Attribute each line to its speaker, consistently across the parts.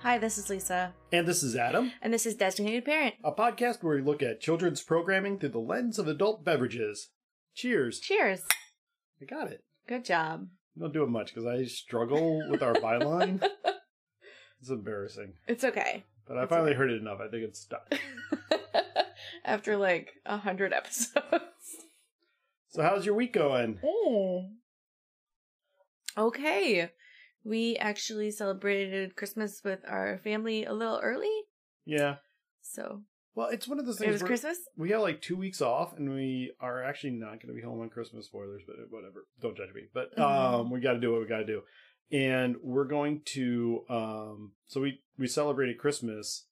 Speaker 1: Hi, this is Lisa,
Speaker 2: And this is Adam,
Speaker 1: and this is Designated Parent.
Speaker 2: a podcast where we look at children's programming through the lens of adult beverages. Cheers.
Speaker 1: Cheers.
Speaker 2: I got it.
Speaker 1: Good job.
Speaker 2: Don't do it much because I struggle with our byline. It's embarrassing.
Speaker 1: It's okay.
Speaker 2: But I
Speaker 1: It's
Speaker 2: finally heard it enough. I think it's stuck.
Speaker 1: After like a hundred episodes.
Speaker 2: So, how's your week going?
Speaker 1: Okay. We actually celebrated Christmas with our family a little early.
Speaker 2: Yeah.
Speaker 1: So
Speaker 2: Well, it's one of those things
Speaker 1: it was
Speaker 2: where
Speaker 1: Christmas?
Speaker 2: we have like two weeks off and we are actually not going to be home on Christmas spoilers, but whatever. Don't judge me.
Speaker 1: Mm-hmm.
Speaker 2: But um, we got to do what we got to do. And we're going to, um, so we, we celebrated Christmas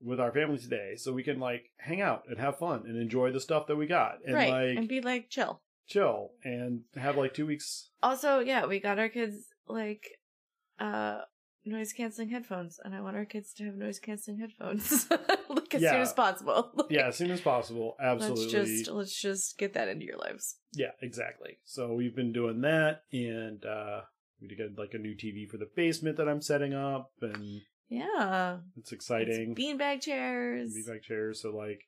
Speaker 2: with our family today so we can like hang out and have fun and enjoy the stuff that we got and
Speaker 1: right.
Speaker 2: like
Speaker 1: and be like chill.
Speaker 2: chill and have like two weeks.
Speaker 1: Also, yeah, we got our kids like uh noise canceling headphones, and I want our kids to have noise canceling headphones. like as soon
Speaker 2: Yeah.
Speaker 1: as possible. Like,
Speaker 2: Yeah, as soon as possible. Absolutely.
Speaker 1: Let's just let's just get that into your lives.
Speaker 2: Yeah, exactly. So we've been doing that, and uh, we got like a new TV for the basement that I'm setting up, and
Speaker 1: Yeah.
Speaker 2: it's exciting.
Speaker 1: It's beanbag chairs.
Speaker 2: Beanbag chairs, so like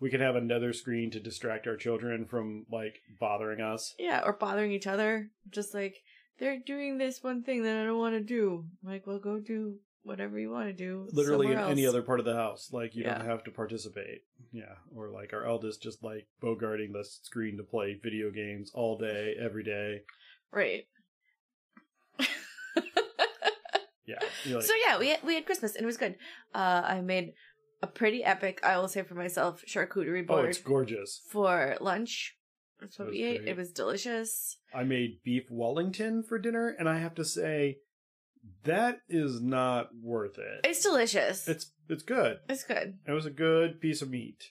Speaker 2: we can have another screen to distract our children from like bothering us.
Speaker 1: Yeah, or bothering each other. Just like they're doing this one thing that I don't want to do. I'm like, well, go do whatever you want to do.
Speaker 2: Literally in
Speaker 1: somewhere
Speaker 2: any
Speaker 1: else.
Speaker 2: other part of the house, like you
Speaker 1: Yeah.
Speaker 2: don't have to participate. Yeah, or like our eldest just like bogarting the screen to play video games all day, every day.
Speaker 1: Right.
Speaker 2: Yeah, You're like,
Speaker 1: so yeah, we had, we had Christmas and it was good. Uh, I made a pretty epic, I will say for myself, charcuterie
Speaker 2: oh,
Speaker 1: board
Speaker 2: it's gorgeous.
Speaker 1: for lunch. That's what
Speaker 2: That
Speaker 1: we
Speaker 2: was
Speaker 1: ate.
Speaker 2: great.
Speaker 1: It was delicious.
Speaker 2: I made beef Wellington for dinner, and I have to say, that is not worth it.
Speaker 1: It's delicious. It's,
Speaker 2: it's it's good.
Speaker 1: good.
Speaker 2: It was a good piece of meat,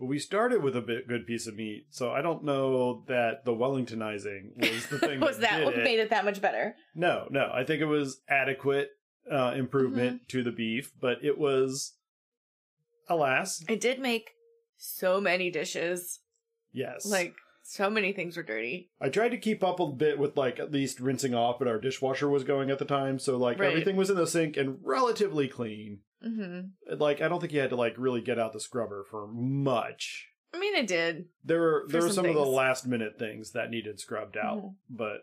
Speaker 2: but we started with a bit good piece of meat, so I don't know that the Wellingtonizing was the thing.
Speaker 1: was that
Speaker 2: did
Speaker 1: what
Speaker 2: it.
Speaker 1: made it that much better?
Speaker 2: No, no. I think it was adequate uh, improvement
Speaker 1: Mm-hmm.
Speaker 2: to the beef, but it was, alas,
Speaker 1: I did make so many dishes.
Speaker 2: yes.
Speaker 1: Like so many things were dirty.
Speaker 2: I tried to keep up a bit with like at least rinsing off, but our dishwasher was going at the time, so like
Speaker 1: Right.
Speaker 2: everything was in the sink and relatively clean.
Speaker 1: hmm
Speaker 2: Like I don't think you had to like really get out the scrubber for much.
Speaker 1: I mean, it did.
Speaker 2: There were
Speaker 1: For
Speaker 2: there were
Speaker 1: some
Speaker 2: some of the
Speaker 1: things.
Speaker 2: last minute things that needed scrubbed out,
Speaker 1: Mhm.
Speaker 2: but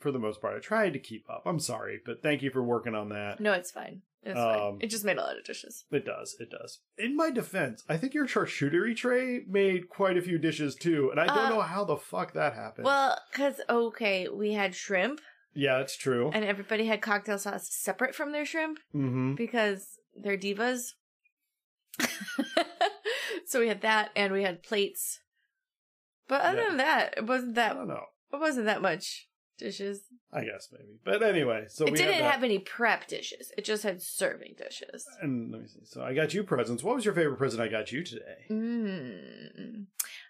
Speaker 2: for the most part, I tried to keep up. I'm sorry, but thank you for working on that.
Speaker 1: No, it's fine. It's fine.
Speaker 2: Um,
Speaker 1: It just made a lot of dishes.
Speaker 2: It does, it does. In my defense, I think your charcuterie tray made quite a few dishes too, and I don't
Speaker 1: Uh,
Speaker 2: know how the fuck that happened.
Speaker 1: Well, because, okay, we had shrimp
Speaker 2: yeah, it's true.
Speaker 1: and everybody had cocktail sauce separate from their shrimp
Speaker 2: mm-hmm.
Speaker 1: because they're divas. so we had that and we had plates. But other
Speaker 2: Yeah.
Speaker 1: than that, it wasn't
Speaker 2: I
Speaker 1: that
Speaker 2: don't know.
Speaker 1: it wasn't that much dishes.
Speaker 2: I guess maybe. But anyway, so
Speaker 1: it
Speaker 2: we
Speaker 1: didn't
Speaker 2: had that.
Speaker 1: have any prep dishes. It just had serving dishes.
Speaker 2: And let me see. So I got you presents. What was your favorite present I got you today?
Speaker 1: Mm.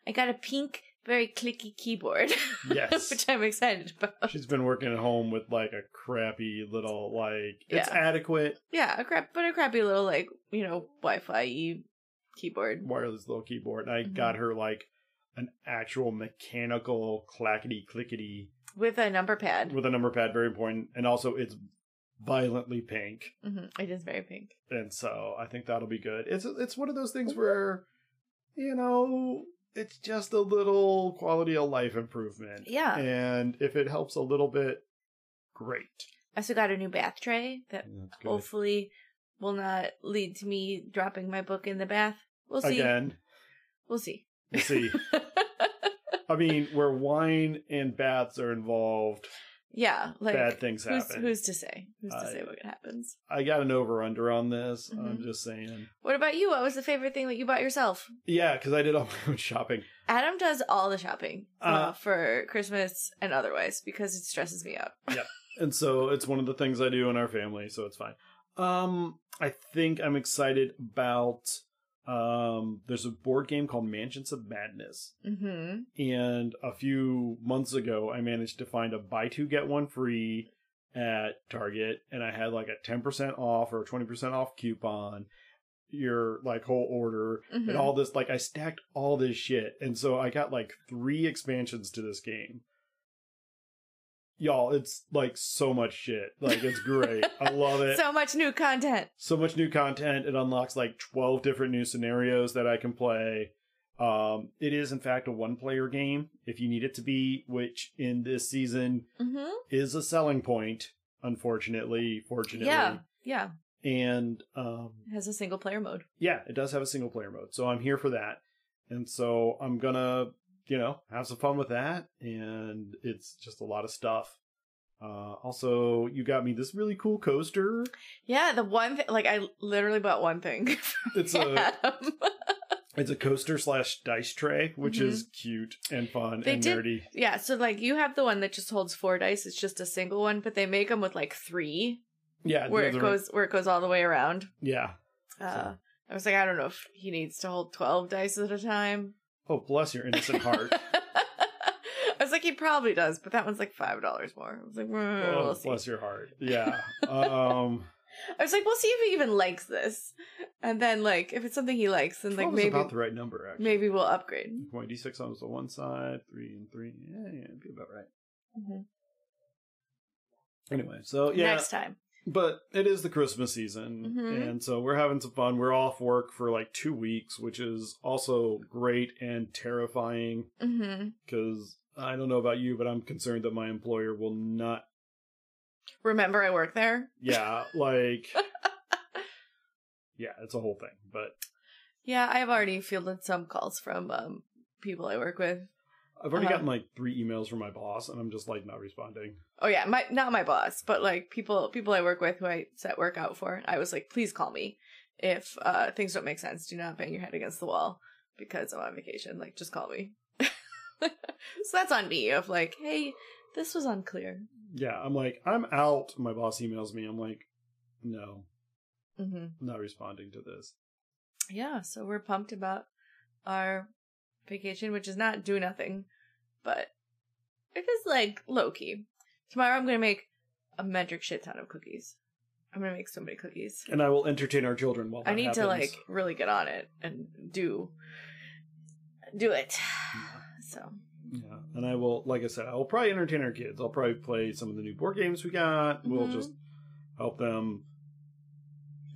Speaker 1: I got a pink, very clicky keyboard.
Speaker 2: Yes.
Speaker 1: which I'm excited about.
Speaker 2: She's been working at home with like a crappy little like it's
Speaker 1: Yeah.
Speaker 2: adequate
Speaker 1: Yeah, a crap, but a crappy little like you know Wi-Fi keyboard.
Speaker 2: wireless little keyboard. And I
Speaker 1: Mhm.
Speaker 2: got her like an actual mechanical clackety clickety
Speaker 1: with a number pad.
Speaker 2: with a number pad, very important. And also it's violently pink.
Speaker 1: hmm It is very pink.
Speaker 2: And so I think that'll be good. It's it's one of those things where, you know, it's just a little quality of life improvement.
Speaker 1: Yeah.
Speaker 2: And if it helps a little bit, great.
Speaker 1: I also got a new bath tray that
Speaker 2: That's
Speaker 1: hopefully will not lead to me dropping my book in the bath. We'll see.
Speaker 2: Again,
Speaker 1: We'll see.
Speaker 2: we'll see. I mean, where wine and baths are involved,
Speaker 1: yeah, like
Speaker 2: bad things
Speaker 1: who's
Speaker 2: happen.
Speaker 1: who's to say? Who's to
Speaker 2: I-
Speaker 1: say what happens?
Speaker 2: I got an over under on this. I'm
Speaker 1: Mhm.
Speaker 2: just saying.
Speaker 1: What about you? What was the favorite thing that you bought yourself?
Speaker 2: Yeah, because I did all my own shopping.
Speaker 1: Adam does all the shopping uh,
Speaker 2: Uh,
Speaker 1: for Christmas and otherwise because it stresses me out.
Speaker 2: and so it's one of the things I do in our family, so it's fine. Um, I think I'm excited about Um, there's a board game called Mansions of Madness,
Speaker 1: Mm-hmm.
Speaker 2: and a few months ago I managed to find a buy two get one free at Target and I had like a 10% off or 20% off coupon your like whole order
Speaker 1: Mm-hmm.
Speaker 2: and all this like I stacked all this shit and so I got like 3 expansions to this game. Y'all, it's like so much shit. Like it's great. I love it
Speaker 1: So much new content.
Speaker 2: so much new content. It unlocks like 12 different new scenarios that I can play. Um, it is, in fact, a one player game if you need it to be, which in this season
Speaker 1: Mm-hmm.
Speaker 2: is a selling point, unfortunately, fortunately.
Speaker 1: Yeah. Yeah.
Speaker 2: And um,
Speaker 1: It has a single player mode.
Speaker 2: yeah, it does have a single player mode. So I'm here for that. And so I'm going to, you know, have some fun with that. And it's just a lot of stuff. Uh, also, you got me this really cool coaster.
Speaker 1: Yeah, the one thing, like, I literally bought one thing.
Speaker 2: It's a
Speaker 1: Adam.
Speaker 2: It's a coaster slash dice tray, which
Speaker 1: Mhm.
Speaker 2: is cute and fun
Speaker 1: They
Speaker 2: and
Speaker 1: did-
Speaker 2: nerdy.
Speaker 1: yeah, so, like, you have the one that just holds four dice. It's just a single one, but they make them with, like, three,
Speaker 2: Yeah,
Speaker 1: where
Speaker 2: the
Speaker 1: it
Speaker 2: other-
Speaker 1: goes where it goes all the way around.
Speaker 2: Yeah.
Speaker 1: Uh, I was like, I don't know if he needs to hold 12 dice at a time.
Speaker 2: Oh, bless your innocent heart.
Speaker 1: I was like, he probably does, but that one's like $5 more. I was like, Mm, well,
Speaker 2: oh,
Speaker 1: we'll see.
Speaker 2: bless your heart. Yeah. Um,
Speaker 1: I was like, we'll see if he even likes this. And then, like, if it's something he likes, then, like,
Speaker 2: twelve is
Speaker 1: maybe
Speaker 2: about the right number actually.
Speaker 1: maybe we'll upgrade.
Speaker 2: Point D six on was the one side, three and three. Yeah, yeah, it'd be about right.
Speaker 1: Mhm.
Speaker 2: Anyway, so yeah,
Speaker 1: Next time.
Speaker 2: but it is the Christmas season,
Speaker 1: Mhm.
Speaker 2: and so we're having some fun. We're off work for like two weeks, which is also great and terrifying.
Speaker 1: hmm
Speaker 2: because I don't know about you, but I'm concerned that my employer will not.
Speaker 1: Remember, I work there.
Speaker 2: Yeah, like. yeah, it's a whole thing, but
Speaker 1: Yeah, I've already fielded some calls from um, people I work with.
Speaker 2: I've already
Speaker 1: Uh-huh.
Speaker 2: gotten like three emails from my boss, and I'm just like not responding.
Speaker 1: Oh yeah, my not my boss, but like people people I work with who I set work out for. I was like, please call me if uh, things don't make sense. Do not bang your head against the wall because I'm on vacation. Like, just call me. so that's on me. Of like, hey, this was unclear.
Speaker 2: Yeah, I'm like I'm out. My boss emails me. I'm like, no,
Speaker 1: hmm
Speaker 2: not responding to this.
Speaker 1: Yeah, so we're pumped about our vacation, which is not do nothing, but it is like low key. Tomorrow I'm gonna make a metric shit ton of cookies. I'm gonna make so many cookies.
Speaker 2: And I will entertain our children while that
Speaker 1: I need to
Speaker 2: happens.
Speaker 1: like really get on it and do do it. So
Speaker 2: Yeah, and I will, like I said, I will probably entertain our kids. I'll probably play some of the new board games we got. We'll
Speaker 1: Mhm.
Speaker 2: just help them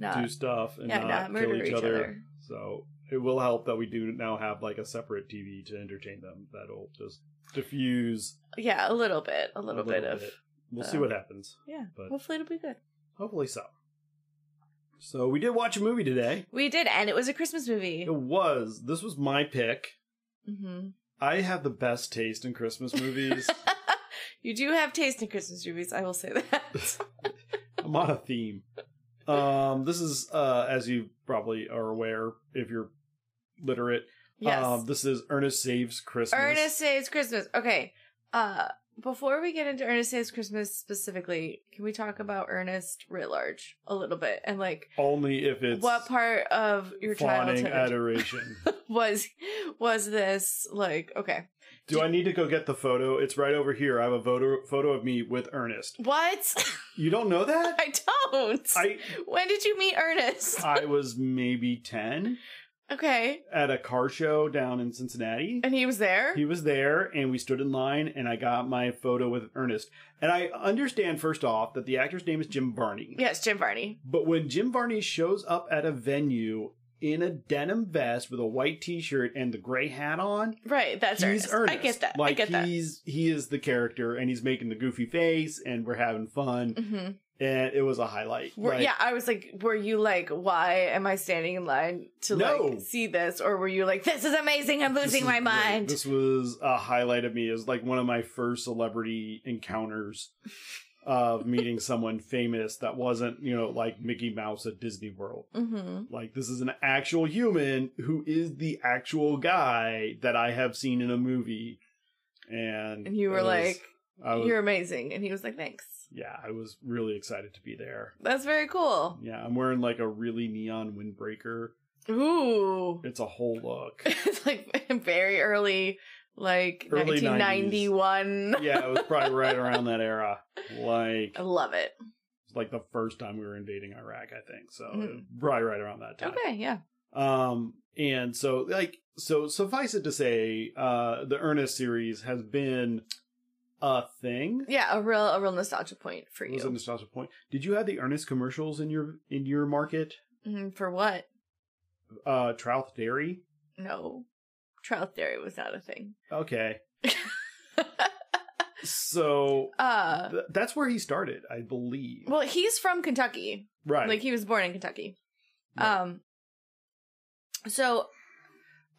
Speaker 1: not
Speaker 2: do stuff and
Speaker 1: yeah,
Speaker 2: not,
Speaker 1: not
Speaker 2: kill
Speaker 1: murder
Speaker 2: each,
Speaker 1: each
Speaker 2: other.
Speaker 1: other.
Speaker 2: So it will help that we do now have like a separate TV to entertain them. That'll just diffuse.
Speaker 1: yeah, a little bit, a little, bit, of
Speaker 2: We'll
Speaker 1: uh,
Speaker 2: see what happens.
Speaker 1: yeah.
Speaker 2: But-
Speaker 1: Hopefully it'll be good.
Speaker 2: Hopefully so. So we did watch a movie today.
Speaker 1: We did, and it was a Christmas movie.
Speaker 2: It was this was my pick.
Speaker 1: Mm-hmm.
Speaker 2: I have the best taste in Christmas movies.
Speaker 1: you do have taste in Christmas movies, I will say that.
Speaker 2: Um, I'm on a theme. Um, this is uh, as you probably are aware if you're literate.
Speaker 1: yes.
Speaker 2: Um, this is Ernest Saves Christmas.
Speaker 1: Ernest Saves Christmas. Okay. Uh before we get into Ernest Saves Christmas specifically, can we talk about Ernest writ large a little bit and like
Speaker 2: only if it's
Speaker 1: what part of your
Speaker 2: fawning
Speaker 1: childhood
Speaker 2: adoration.
Speaker 1: was was this like okay.
Speaker 2: Do I need to go get the photo? It's right over here. I have a photo photo of me with Ernest.
Speaker 1: What?
Speaker 2: You don't know that?
Speaker 1: I don't.
Speaker 2: I Uh,
Speaker 1: when did you meet Ernest?
Speaker 2: I was maybe 10
Speaker 1: okay.
Speaker 2: at a car show down in Cincinnati.
Speaker 1: And he was there?
Speaker 2: He was there and we stood in line and I got my photo with Ernest. And I understand first off that the actor's name is Jim Varney.
Speaker 1: yes, Jim Varney.
Speaker 2: But when Jim Varney shows up at a venue in a denim vest with a white t-shirt and the gray hat on,
Speaker 1: Right, that's Ernest. I get that.
Speaker 2: Like
Speaker 1: I get that.
Speaker 2: he's he is the character, and he's making the goofy face, and we're having fun,
Speaker 1: Mhm.
Speaker 2: and it was a highlight.
Speaker 1: Were,
Speaker 2: Like,
Speaker 1: yeah, I was like, were you like, why am I standing in line to
Speaker 2: No.
Speaker 1: like see this? Or were you like, this is amazing, I'm
Speaker 2: this
Speaker 1: losing
Speaker 2: is
Speaker 1: my
Speaker 2: great.
Speaker 1: mind?
Speaker 2: This was a highlight of me. It was like one of my first celebrity encounters of meeting someone famous that wasn't you know like Mickey Mouse at Disney World.
Speaker 1: hmm
Speaker 2: Like this is an actual human who is the actual guy that I have seen in a movie, and
Speaker 1: And you
Speaker 2: it
Speaker 1: were
Speaker 2: was-
Speaker 1: like,
Speaker 2: I was,
Speaker 1: you're amazing. And he was like, thanks.
Speaker 2: yeah, I was really excited to be there.
Speaker 1: That's very cool.
Speaker 2: Yeah, I'm wearing like a really neon windbreaker.
Speaker 1: Ooh.
Speaker 2: It's a whole look.
Speaker 1: it's like very early, like
Speaker 2: Early
Speaker 1: 1991.
Speaker 2: yeah, it was probably right around that era. Like
Speaker 1: I love it.
Speaker 2: like the first time we were invading Iraq, I think. So
Speaker 1: Mhm.
Speaker 2: probably right around that time.
Speaker 1: Okay, yeah.
Speaker 2: Um, and so like so suffice it to say, uh, the Ernest series has been a thing.
Speaker 1: Yeah, a real a real nostalgia point for
Speaker 2: It was a
Speaker 1: you.
Speaker 2: nostalgia point. Did you have the Ernest commercials in your in your market?
Speaker 1: Mhm, for what?
Speaker 2: Uh, Trouth Dairy.
Speaker 1: No. Trial theory was not a thing.
Speaker 2: Okay, so
Speaker 1: uh
Speaker 2: th- that's where he started, I believe.
Speaker 1: well, he's from Kentucky.
Speaker 2: right.
Speaker 1: Like he was born in Kentucky.
Speaker 2: Right.
Speaker 1: Um so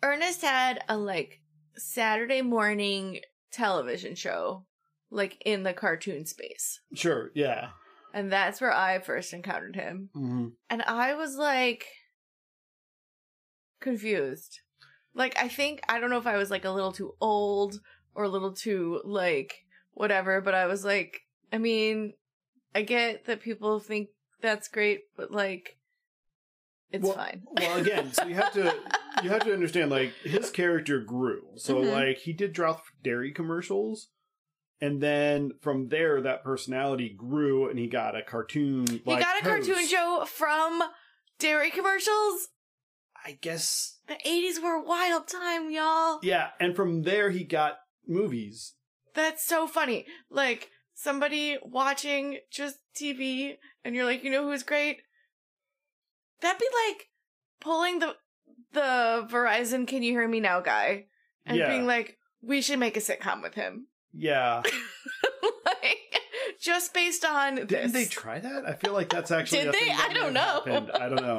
Speaker 1: Ernest had a like Saturday morning television show like in the cartoon space.
Speaker 2: sure. Yeah.
Speaker 1: And that's where I first encountered him.
Speaker 2: Mm-hmm.
Speaker 1: And I was like confused. Like I think I don't know if I was like a little too old or a little too like whatever, but I was like I mean, I get that people think that's great, but like it's
Speaker 2: Well-
Speaker 1: fine.
Speaker 2: well again so you have to you have to understand like his character grew so
Speaker 1: Mhm.
Speaker 2: like he did drought dairy commercials and then from there that personality grew and he got a cartoon
Speaker 1: He got a cartoon show from dairy commercials.
Speaker 2: i guess
Speaker 1: The 80s were a wild time, y'all.
Speaker 2: yeah and from there he got movies
Speaker 1: That's so funny. Like somebody watching just TV and you're like, you know who's great? That'd be like pulling the the Verizon Can You Hear Me Now guy and
Speaker 2: yeah
Speaker 1: being like, we should make a sitcom with him.
Speaker 2: yeah
Speaker 1: like just based on this.
Speaker 2: didn't they try that i feel like that's actually
Speaker 1: Did
Speaker 2: a thing
Speaker 1: they?
Speaker 2: that
Speaker 1: I don't
Speaker 2: may have
Speaker 1: know.
Speaker 2: happened. i don't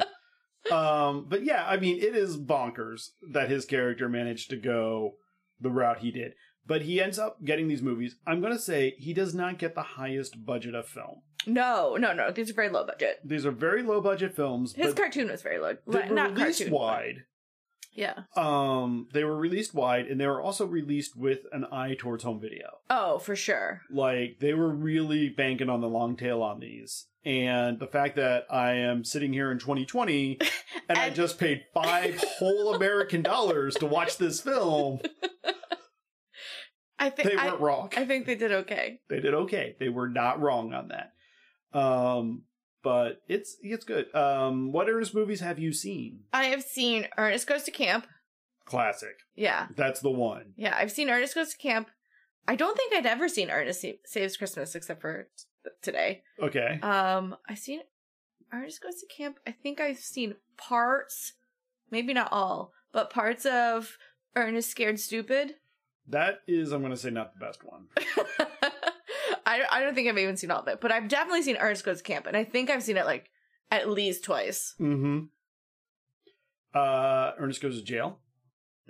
Speaker 2: know um but yeah i mean it is bonkers that his character managed to go the route he did but he ends up getting these movies i'm gonna say he does not get the highest budget of film
Speaker 1: no, no, no. These are very low budget.
Speaker 2: these are very low budget films
Speaker 1: His
Speaker 2: but
Speaker 1: cartoon was very low.
Speaker 2: they were
Speaker 1: Not
Speaker 2: released
Speaker 1: cartoon. but-
Speaker 2: wide
Speaker 1: Yeah.
Speaker 2: um they were released wide and they were also released with an eye towards home video
Speaker 1: Oh, for sure.
Speaker 2: like they were really banking on the long tail on these and the fact that i am sitting here in 2020 and, i
Speaker 1: And-
Speaker 2: just paid five whole american dollars to watch this film
Speaker 1: I think
Speaker 2: they
Speaker 1: I,
Speaker 2: weren't wrong
Speaker 1: I think they did okay.
Speaker 2: they did okay they were not wrong on that um but it's it's good um what ernest movies have you seen
Speaker 1: I have seen Ernest Goes to Camp.
Speaker 2: classic
Speaker 1: Yeah.
Speaker 2: that's the one
Speaker 1: Yeah, I've seen Ernest Goes to Camp. I don't think I'd ever seen Ernest Sa- Saves Christmas except for t- today.
Speaker 2: okay
Speaker 1: Um, I've seen Ernest Goes to Camp. I think I've seen parts, maybe not all, but parts of Ernest Scared Stupid.
Speaker 2: that is i'm gonna say not the best one
Speaker 1: I, I don't think I've even seen all of it, but I've definitely seen Ernest Goes to Camp, and I think I've seen it like at least twice.
Speaker 2: mm-hmm uh ernest goes to jail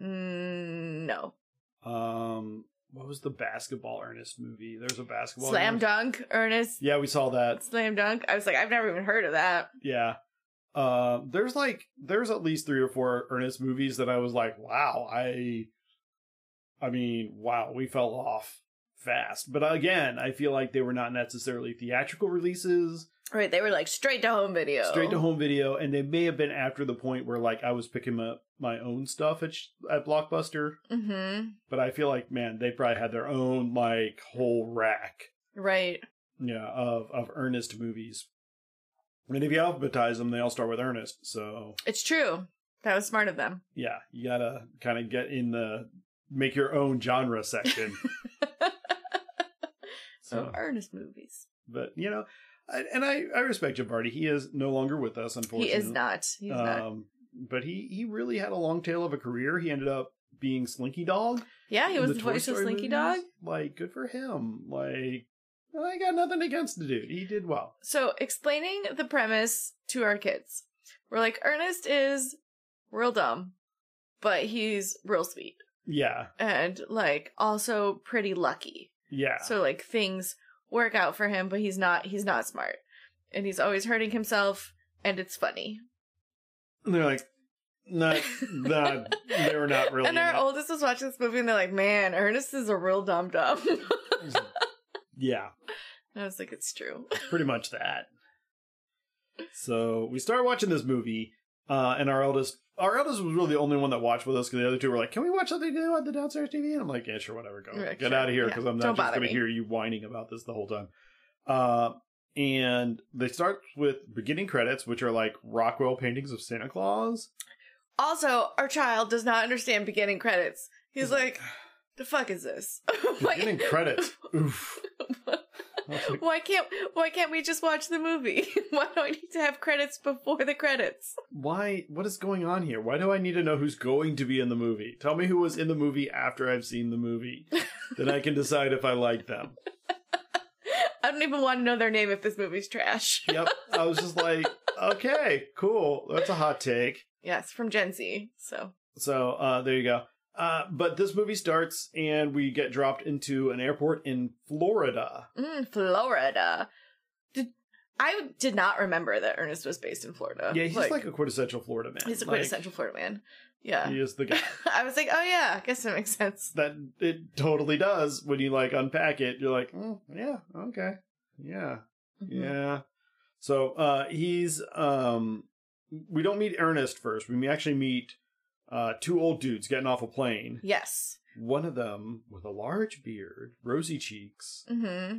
Speaker 1: Mm, no.
Speaker 2: Um, what was the basketball Ernest movie? There's a basketball.
Speaker 1: Slam
Speaker 2: Ernest-
Speaker 1: Dunk, Ernest.
Speaker 2: Yeah, we saw that.
Speaker 1: Slam Dunk. I was like, I've never even heard of that.
Speaker 2: Yeah. Uh, there's like there's at least three or four Ernest movies that I was like, wow, I, I mean, wow, we fell off fast. But again, I feel like they were not necessarily theatrical releases,
Speaker 1: Right, they were like straight to home video.
Speaker 2: straight to home video, and they may have been after the point where like I was picking up my own stuff at sh- at Blockbuster.
Speaker 1: Mm-hmm.
Speaker 2: But I feel like man, they probably had their own like whole rack
Speaker 1: Right.
Speaker 2: yeah of of earnest movies and if you alphabetize them they all start with earnest so
Speaker 1: It's true. That was smart of them.
Speaker 2: yeah you gotta kind of get in the make your own genre section
Speaker 1: So
Speaker 2: so
Speaker 1: Ernest movies.
Speaker 2: but you know I, and i i respect Javardi. he is no longer with us
Speaker 1: He
Speaker 2: unfortunately
Speaker 1: is not. He's not.
Speaker 2: um but he he really had a long tail of a career he ended up being slinky dog
Speaker 1: Yeah, he
Speaker 2: in
Speaker 1: was the,
Speaker 2: Toy
Speaker 1: voice of
Speaker 2: Story
Speaker 1: Slinky
Speaker 2: movies.
Speaker 1: Dog.
Speaker 2: like good for him like i got nothing against the dude he did well
Speaker 1: So explaining the premise to our kids. We're like, Ernest is real dumb, but he's real sweet.
Speaker 2: yeah
Speaker 1: And like also pretty lucky.
Speaker 2: yeah
Speaker 1: So like things work out for him, but he's not he's not smart. And he's always hurting himself and it's funny.
Speaker 2: And they're like, not, not, they were not really.
Speaker 1: And
Speaker 2: in
Speaker 1: our
Speaker 2: it.
Speaker 1: oldest was watching this movie and they're like, Man, Ernest is a real dumb dumb.
Speaker 2: yeah,
Speaker 1: I was like, It's true.
Speaker 2: pretty much that. So we start watching this movie, uh, and our eldest our eldest was really the only one that watched with us because the other two were like, "Can we watch something new on the downstairs TV?" And I'm like, "Yeah, sure, whatever, go
Speaker 1: Yeah,
Speaker 2: get
Speaker 1: sure.
Speaker 2: out of here
Speaker 1: Yeah,
Speaker 2: because I'm
Speaker 1: don't
Speaker 2: not just
Speaker 1: bother
Speaker 2: going to
Speaker 1: me."
Speaker 2: hear you whining about this the whole time." Uh, and they start with beginning credits, which are like Rockwell paintings of Santa Claus.
Speaker 1: Also, our child does not understand beginning credits. He's like, the fuck is this? Why-
Speaker 2: beginning credits. Oof. I was like,
Speaker 1: Why can't why can't we just watch the movie? why do I need to have credits before the credits?
Speaker 2: Why? What is going on here? Why do I need to know who's going to be in the movie? Tell me who was in the movie after I've seen the movie, then I can decide if I like them.
Speaker 1: I don't even want to know their name if this movie's trash.
Speaker 2: Yep. I was just like, okay, cool. That's a hot take.
Speaker 1: Yes, from Gen Z. So
Speaker 2: So uh, there you go. Uh, but this movie starts, and we get dropped into an airport in Florida.
Speaker 1: mm, Florida. Did, I did not remember that Ernest was based in Florida.
Speaker 2: Yeah, he's like, a quintessential Florida man.
Speaker 1: Uh, he's a
Speaker 2: Like,
Speaker 1: quintessential Florida man. Yeah.
Speaker 2: He is the guy.
Speaker 1: I was like, oh yeah, I guess that makes sense.
Speaker 2: that it totally does when you like unpack it. You're like, mm, yeah, okay, yeah, yeah. So uh, he's um, we don't meet Ernest first. We actually meet uh, two old dudes getting off a plane.
Speaker 1: Yes.
Speaker 2: One of them with a large beard, rosy cheeks,
Speaker 1: hmm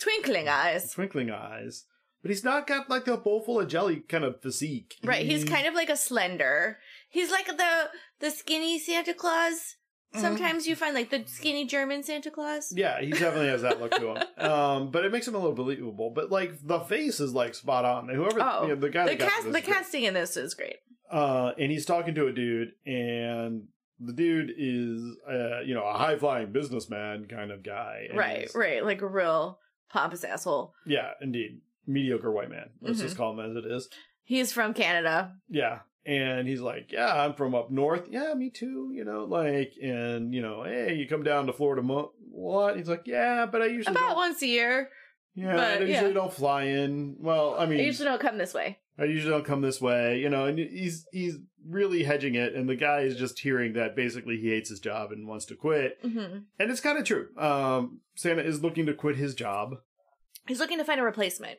Speaker 1: Twinkling eyes.
Speaker 2: twinkling eyes. But he's not got like a bowl full of jelly kind of physique.
Speaker 1: Right. He's kind of like a slender. He's like the the skinny Santa Claus. Sometimes you find like the skinny German Santa Claus.
Speaker 2: Mm-hmm. Yeah, he definitely has that look to him. Um, but it makes him a little believable. But like the face is like spot on. Whoever
Speaker 1: Oh,
Speaker 2: you know, the guy
Speaker 1: The
Speaker 2: that got
Speaker 1: cast
Speaker 2: this
Speaker 1: the
Speaker 2: is great.
Speaker 1: casting in this is great.
Speaker 2: Uh, and he's talking to a dude, and the dude is uh, you know, a high flying businessman kind of guy. and
Speaker 1: right,
Speaker 2: he's-
Speaker 1: right. Like a real pompous asshole.
Speaker 2: Yeah, indeed. Mediocre white man. Let's
Speaker 1: Mhm.
Speaker 2: just call him as it is.
Speaker 1: He's from Canada.
Speaker 2: Yeah. And he's like, Yeah, I'm from up north. Yeah, me too. You know, like, and, you know, hey, you come down to Florida mo- what? He's like, Yeah, but I usually
Speaker 1: About
Speaker 2: don't,
Speaker 1: once a year.
Speaker 2: yeah,
Speaker 1: but,
Speaker 2: I usually
Speaker 1: yeah.
Speaker 2: don't fly in. Well, I
Speaker 1: I
Speaker 2: mean,
Speaker 1: usually don't come this way.
Speaker 2: I usually don't come this way, you know. And he's he's really hedging it, and the guy is just hearing that basically he hates his job and wants to quit,
Speaker 1: hmm
Speaker 2: and it's kind of true. Um, Santa is looking to quit his job.
Speaker 1: He's looking to find a replacement.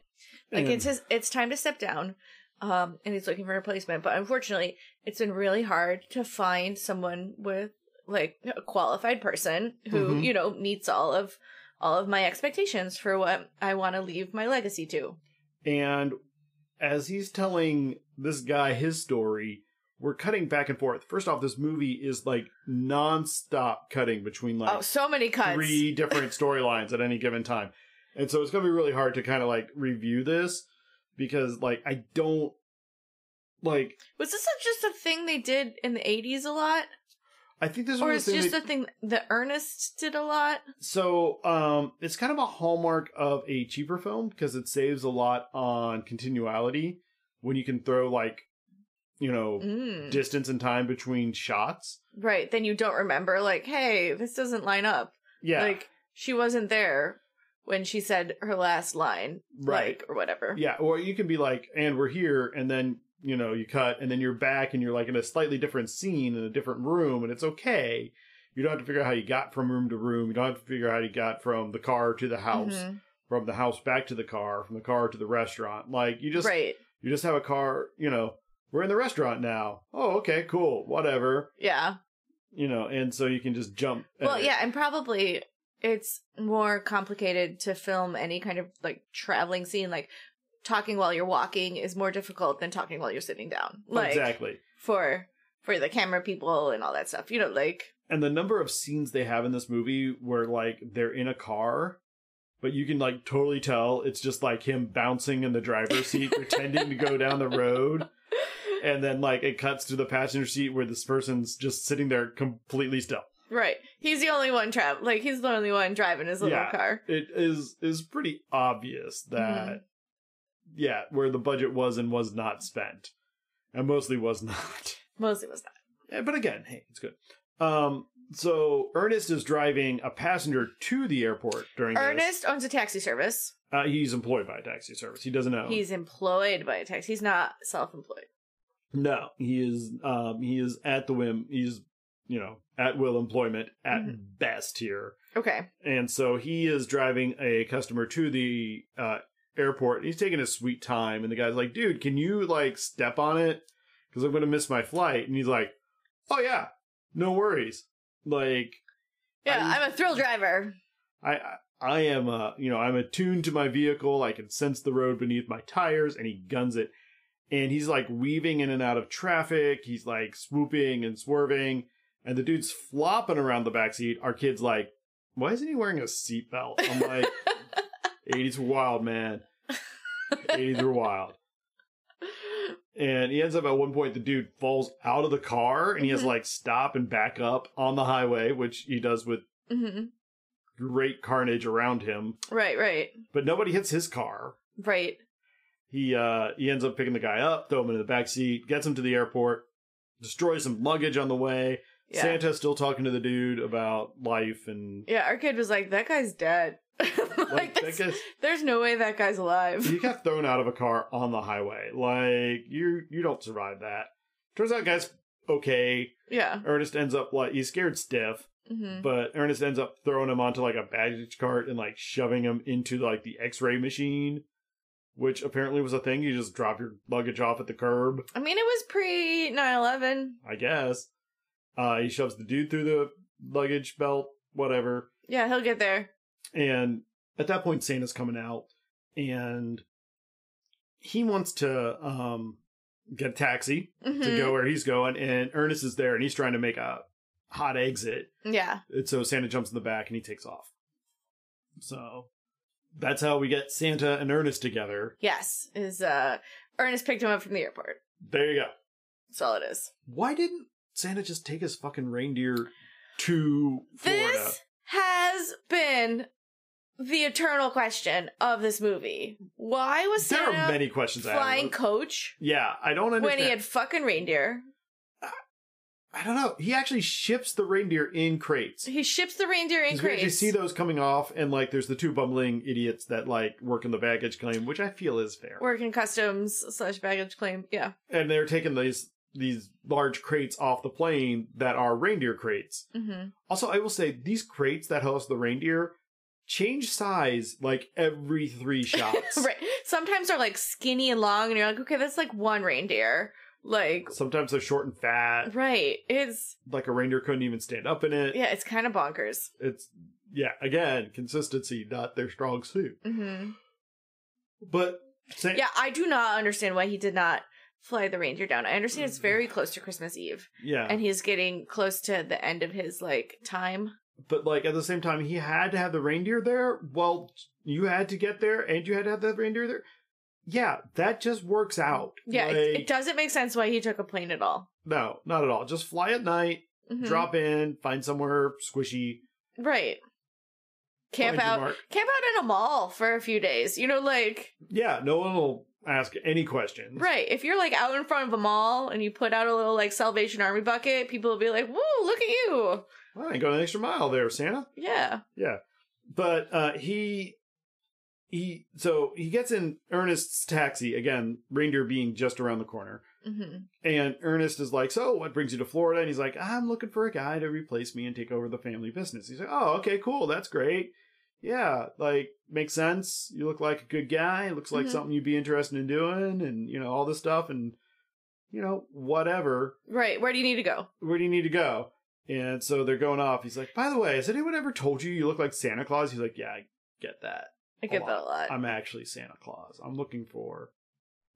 Speaker 1: Like
Speaker 2: And-
Speaker 1: it's his, it's time to step down, um, and he's looking for a replacement. But unfortunately, it's been really hard to find someone with like a qualified person who
Speaker 2: Mhm.
Speaker 1: you know meets all of all of my expectations for what I want to leave my legacy to.
Speaker 2: and as he's telling this guy his story, we're cutting back and forth. First off, this movie is like nonstop cutting between like
Speaker 1: oh, so many cuts.
Speaker 2: three different storylines at any given time. And so it's going to be really hard to kind of like review this because like I don't like
Speaker 1: Was this a, just a thing they did in the eighties a lot,
Speaker 2: I think this
Speaker 1: or
Speaker 2: was
Speaker 1: is
Speaker 2: the thing
Speaker 1: just
Speaker 2: that-
Speaker 1: a thing that Ernest did a lot?
Speaker 2: so um it's kind of a hallmark of a cheaper film because it saves a lot on continuality when you can throw like you know
Speaker 1: Mm.
Speaker 2: distance and time between shots.
Speaker 1: right. Then you don't remember. Like, hey, this doesn't line up.
Speaker 2: Yeah.
Speaker 1: Like she wasn't there when she said her last line,
Speaker 2: Right.
Speaker 1: like or whatever.
Speaker 2: Yeah, or you can be like, and we're here, and then you know you cut, and then you're back, and you're like in a slightly different scene in a different room, and it's okay. You don't have to figure out how you got from room to room. You don't have to figure out how you got from the car to the house,
Speaker 1: Mhm.
Speaker 2: from the house back to the car, from the car to the restaurant. Like you just
Speaker 1: right?
Speaker 2: you just have a car. You know, we're in the restaurant now. Oh, okay, cool, whatever.
Speaker 1: Yeah.
Speaker 2: You know, and so you can just jump. at
Speaker 1: Well,
Speaker 2: it.
Speaker 1: yeah, and probably it's more complicated to film any kind of like traveling scene. Like talking while you're walking is more difficult than talking while you're sitting down. Like
Speaker 2: Oh, exactly.
Speaker 1: for for the camera people and all that stuff. You know, like
Speaker 2: and the number of scenes they have in this movie where like they're in a car but you can like totally tell it's just like him bouncing in the driver's seat pretending to go down the road and then like it cuts to the passenger seat where this person's just sitting there completely still
Speaker 1: right. He's the only one travel. Like he's the only one driving his little
Speaker 2: Yeah.
Speaker 1: car.
Speaker 2: it is is pretty obvious
Speaker 1: Mm-hmm.
Speaker 2: that yeah where the budget was and was not spent and mostly was not
Speaker 1: Mostly was that.
Speaker 2: Yeah, but again hey it's good um so ernest is driving a passenger to the airport during this.
Speaker 1: Ernest owns a taxi service.
Speaker 2: Uh, he's employed by a taxi service. He doesn't own.
Speaker 1: He's employed by a taxi. He's not self-employed.
Speaker 2: no. He is. Um. He is at the whim. He's you know at will employment at
Speaker 1: Mm-hmm.
Speaker 2: best here.
Speaker 1: Okay.
Speaker 2: And so he is driving a customer to the uh, airport. He's taking his sweet time, and the guy's like, "Dude, can you like step on it?" because I'm going to miss my flight. And he's like, oh, yeah, no worries. Like,
Speaker 1: Yeah,
Speaker 2: I-
Speaker 1: I, am a thrill driver.
Speaker 2: I I- I am uh you know I'm attuned to my vehicle. I can sense the road beneath my tires, and he guns it. And he's like weaving in and out of traffic. He's like swooping and swerving, and the dude's flopping around the backseat. Our kid's like, why isn't he wearing a seatbelt? I'm like, 80s were wild, man. 80s were wild. And he ends up at one point, the dude falls out of the car, and he has to
Speaker 1: Mhm.
Speaker 2: like stop and back up on the highway, which he does with
Speaker 1: hmm
Speaker 2: great carnage around him.
Speaker 1: Right, right,
Speaker 2: but nobody hits his car.
Speaker 1: right.
Speaker 2: He uh he ends up picking the guy up, throw him into the back seat, gets him to the airport, destroys some luggage on the way.
Speaker 1: Yeah.
Speaker 2: Santa's still talking to the dude about life and
Speaker 1: Yeah, our kid was like, that guy's dead. like,
Speaker 2: like that
Speaker 1: this-
Speaker 2: guy's
Speaker 1: there's no way that guy's alive.
Speaker 2: you got thrown out of a car on the highway. Like you you don't survive that. Turns out guy's okay.
Speaker 1: yeah.
Speaker 2: Ernest ends up like he's scared stiff,
Speaker 1: hmm
Speaker 2: but Ernest ends up throwing him onto like a baggage cart and like shoving him into like the x-ray machine, which apparently was a thing. You just drop your luggage off at the curb.
Speaker 1: I mean, it was pre 9 11.
Speaker 2: I guess. Uh, he shoves the dude through the luggage belt, whatever.
Speaker 1: Yeah, he'll get there.
Speaker 2: And at that point, Santa's coming out and he wants to um, get a taxi to
Speaker 1: Mhm.
Speaker 2: go where he's going. And Ernest is there and he's trying to make a hot exit.
Speaker 1: Yeah.
Speaker 2: And so Santa jumps in the back and he takes off. So that's how we get Santa and Ernest together.
Speaker 1: Yes. Is uh Ernest picked him up from the airport.
Speaker 2: There you go.
Speaker 1: That's all it is.
Speaker 2: Why didn't Santa just take his fucking reindeer to Florida?
Speaker 1: This has been the eternal question of this movie. Why was
Speaker 2: there
Speaker 1: Santa
Speaker 2: are many questions I have.
Speaker 1: flying coach
Speaker 2: Yeah, I don't
Speaker 1: when
Speaker 2: understand.
Speaker 1: he had fucking reindeer?
Speaker 2: I don't know. He actually ships the reindeer in crates.
Speaker 1: He ships the reindeer in
Speaker 2: 'Cause We actually
Speaker 1: crates.
Speaker 2: see those coming off, and like, there's the two bumbling idiots that like work in the baggage claim, which I feel is fair.
Speaker 1: Working customs slash baggage claim. Yeah.
Speaker 2: and they're taking these these large crates off the plane that are reindeer crates.
Speaker 1: Mm-hmm.
Speaker 2: Also, I will say these crates that host the reindeer change size like every three shots.
Speaker 1: Right. Sometimes they're like skinny and long, and you're like, okay, that's like one reindeer. Like,
Speaker 2: Sometimes they're short and fat.
Speaker 1: right. It's,
Speaker 2: Like a reindeer couldn't even stand up in it.
Speaker 1: yeah, it's kind of bonkers.
Speaker 2: It's yeah, again, consistency, not their strong suit. Mm-hmm.
Speaker 1: hmm
Speaker 2: But say,
Speaker 1: Yeah, I do not understand why he did not fly the reindeer down. I understand it's very close to Christmas Eve,
Speaker 2: Mm-hmm. yeah.
Speaker 1: and he's getting close to the end of his like time.
Speaker 2: but like at the same time, he had to have the reindeer there. Well, you had to get there, and you had to have the reindeer there. Yeah, that just works out.
Speaker 1: Yeah,
Speaker 2: like,
Speaker 1: it, it doesn't make sense why he took a plane at all.
Speaker 2: no, not at all. Just fly at night,
Speaker 1: Mhm.
Speaker 2: drop in, find somewhere squishy,
Speaker 1: right. Camp
Speaker 2: find your
Speaker 1: out,
Speaker 2: mark.
Speaker 1: camp out in a mall for a few days. You know, like
Speaker 2: Yeah, no one will ask any questions.
Speaker 1: right. If you're like out in front of a mall and you put out a little like Salvation Army bucket, people will be like, "Whoa, look at you!"
Speaker 2: Well, I ain't going an extra mile there, Santa.
Speaker 1: Yeah.
Speaker 2: but uh he he so he gets in Ernest's taxi again, reindeer being just around the corner.
Speaker 1: hmm
Speaker 2: And Ernest is like, "So, what brings you to Florida?" And he's like, "I'm looking for a guy to replace me and take over the family business." He's like, "Oh, okay, cool. That's great. Yeah, like makes sense. You look like a good guy. Looks like
Speaker 1: Mhm.
Speaker 2: something you'd be interested in doing and, you know, all this stuff and you know, whatever.
Speaker 1: Right. Where do you need to go?
Speaker 2: Where do you need to go?" And so they're going off. He's like, "By the way, has anyone ever told you you look like Santa Claus?" He's like, "Yeah, I get that."
Speaker 1: I get that a lot.
Speaker 2: I'm actually Santa Claus. I'm looking for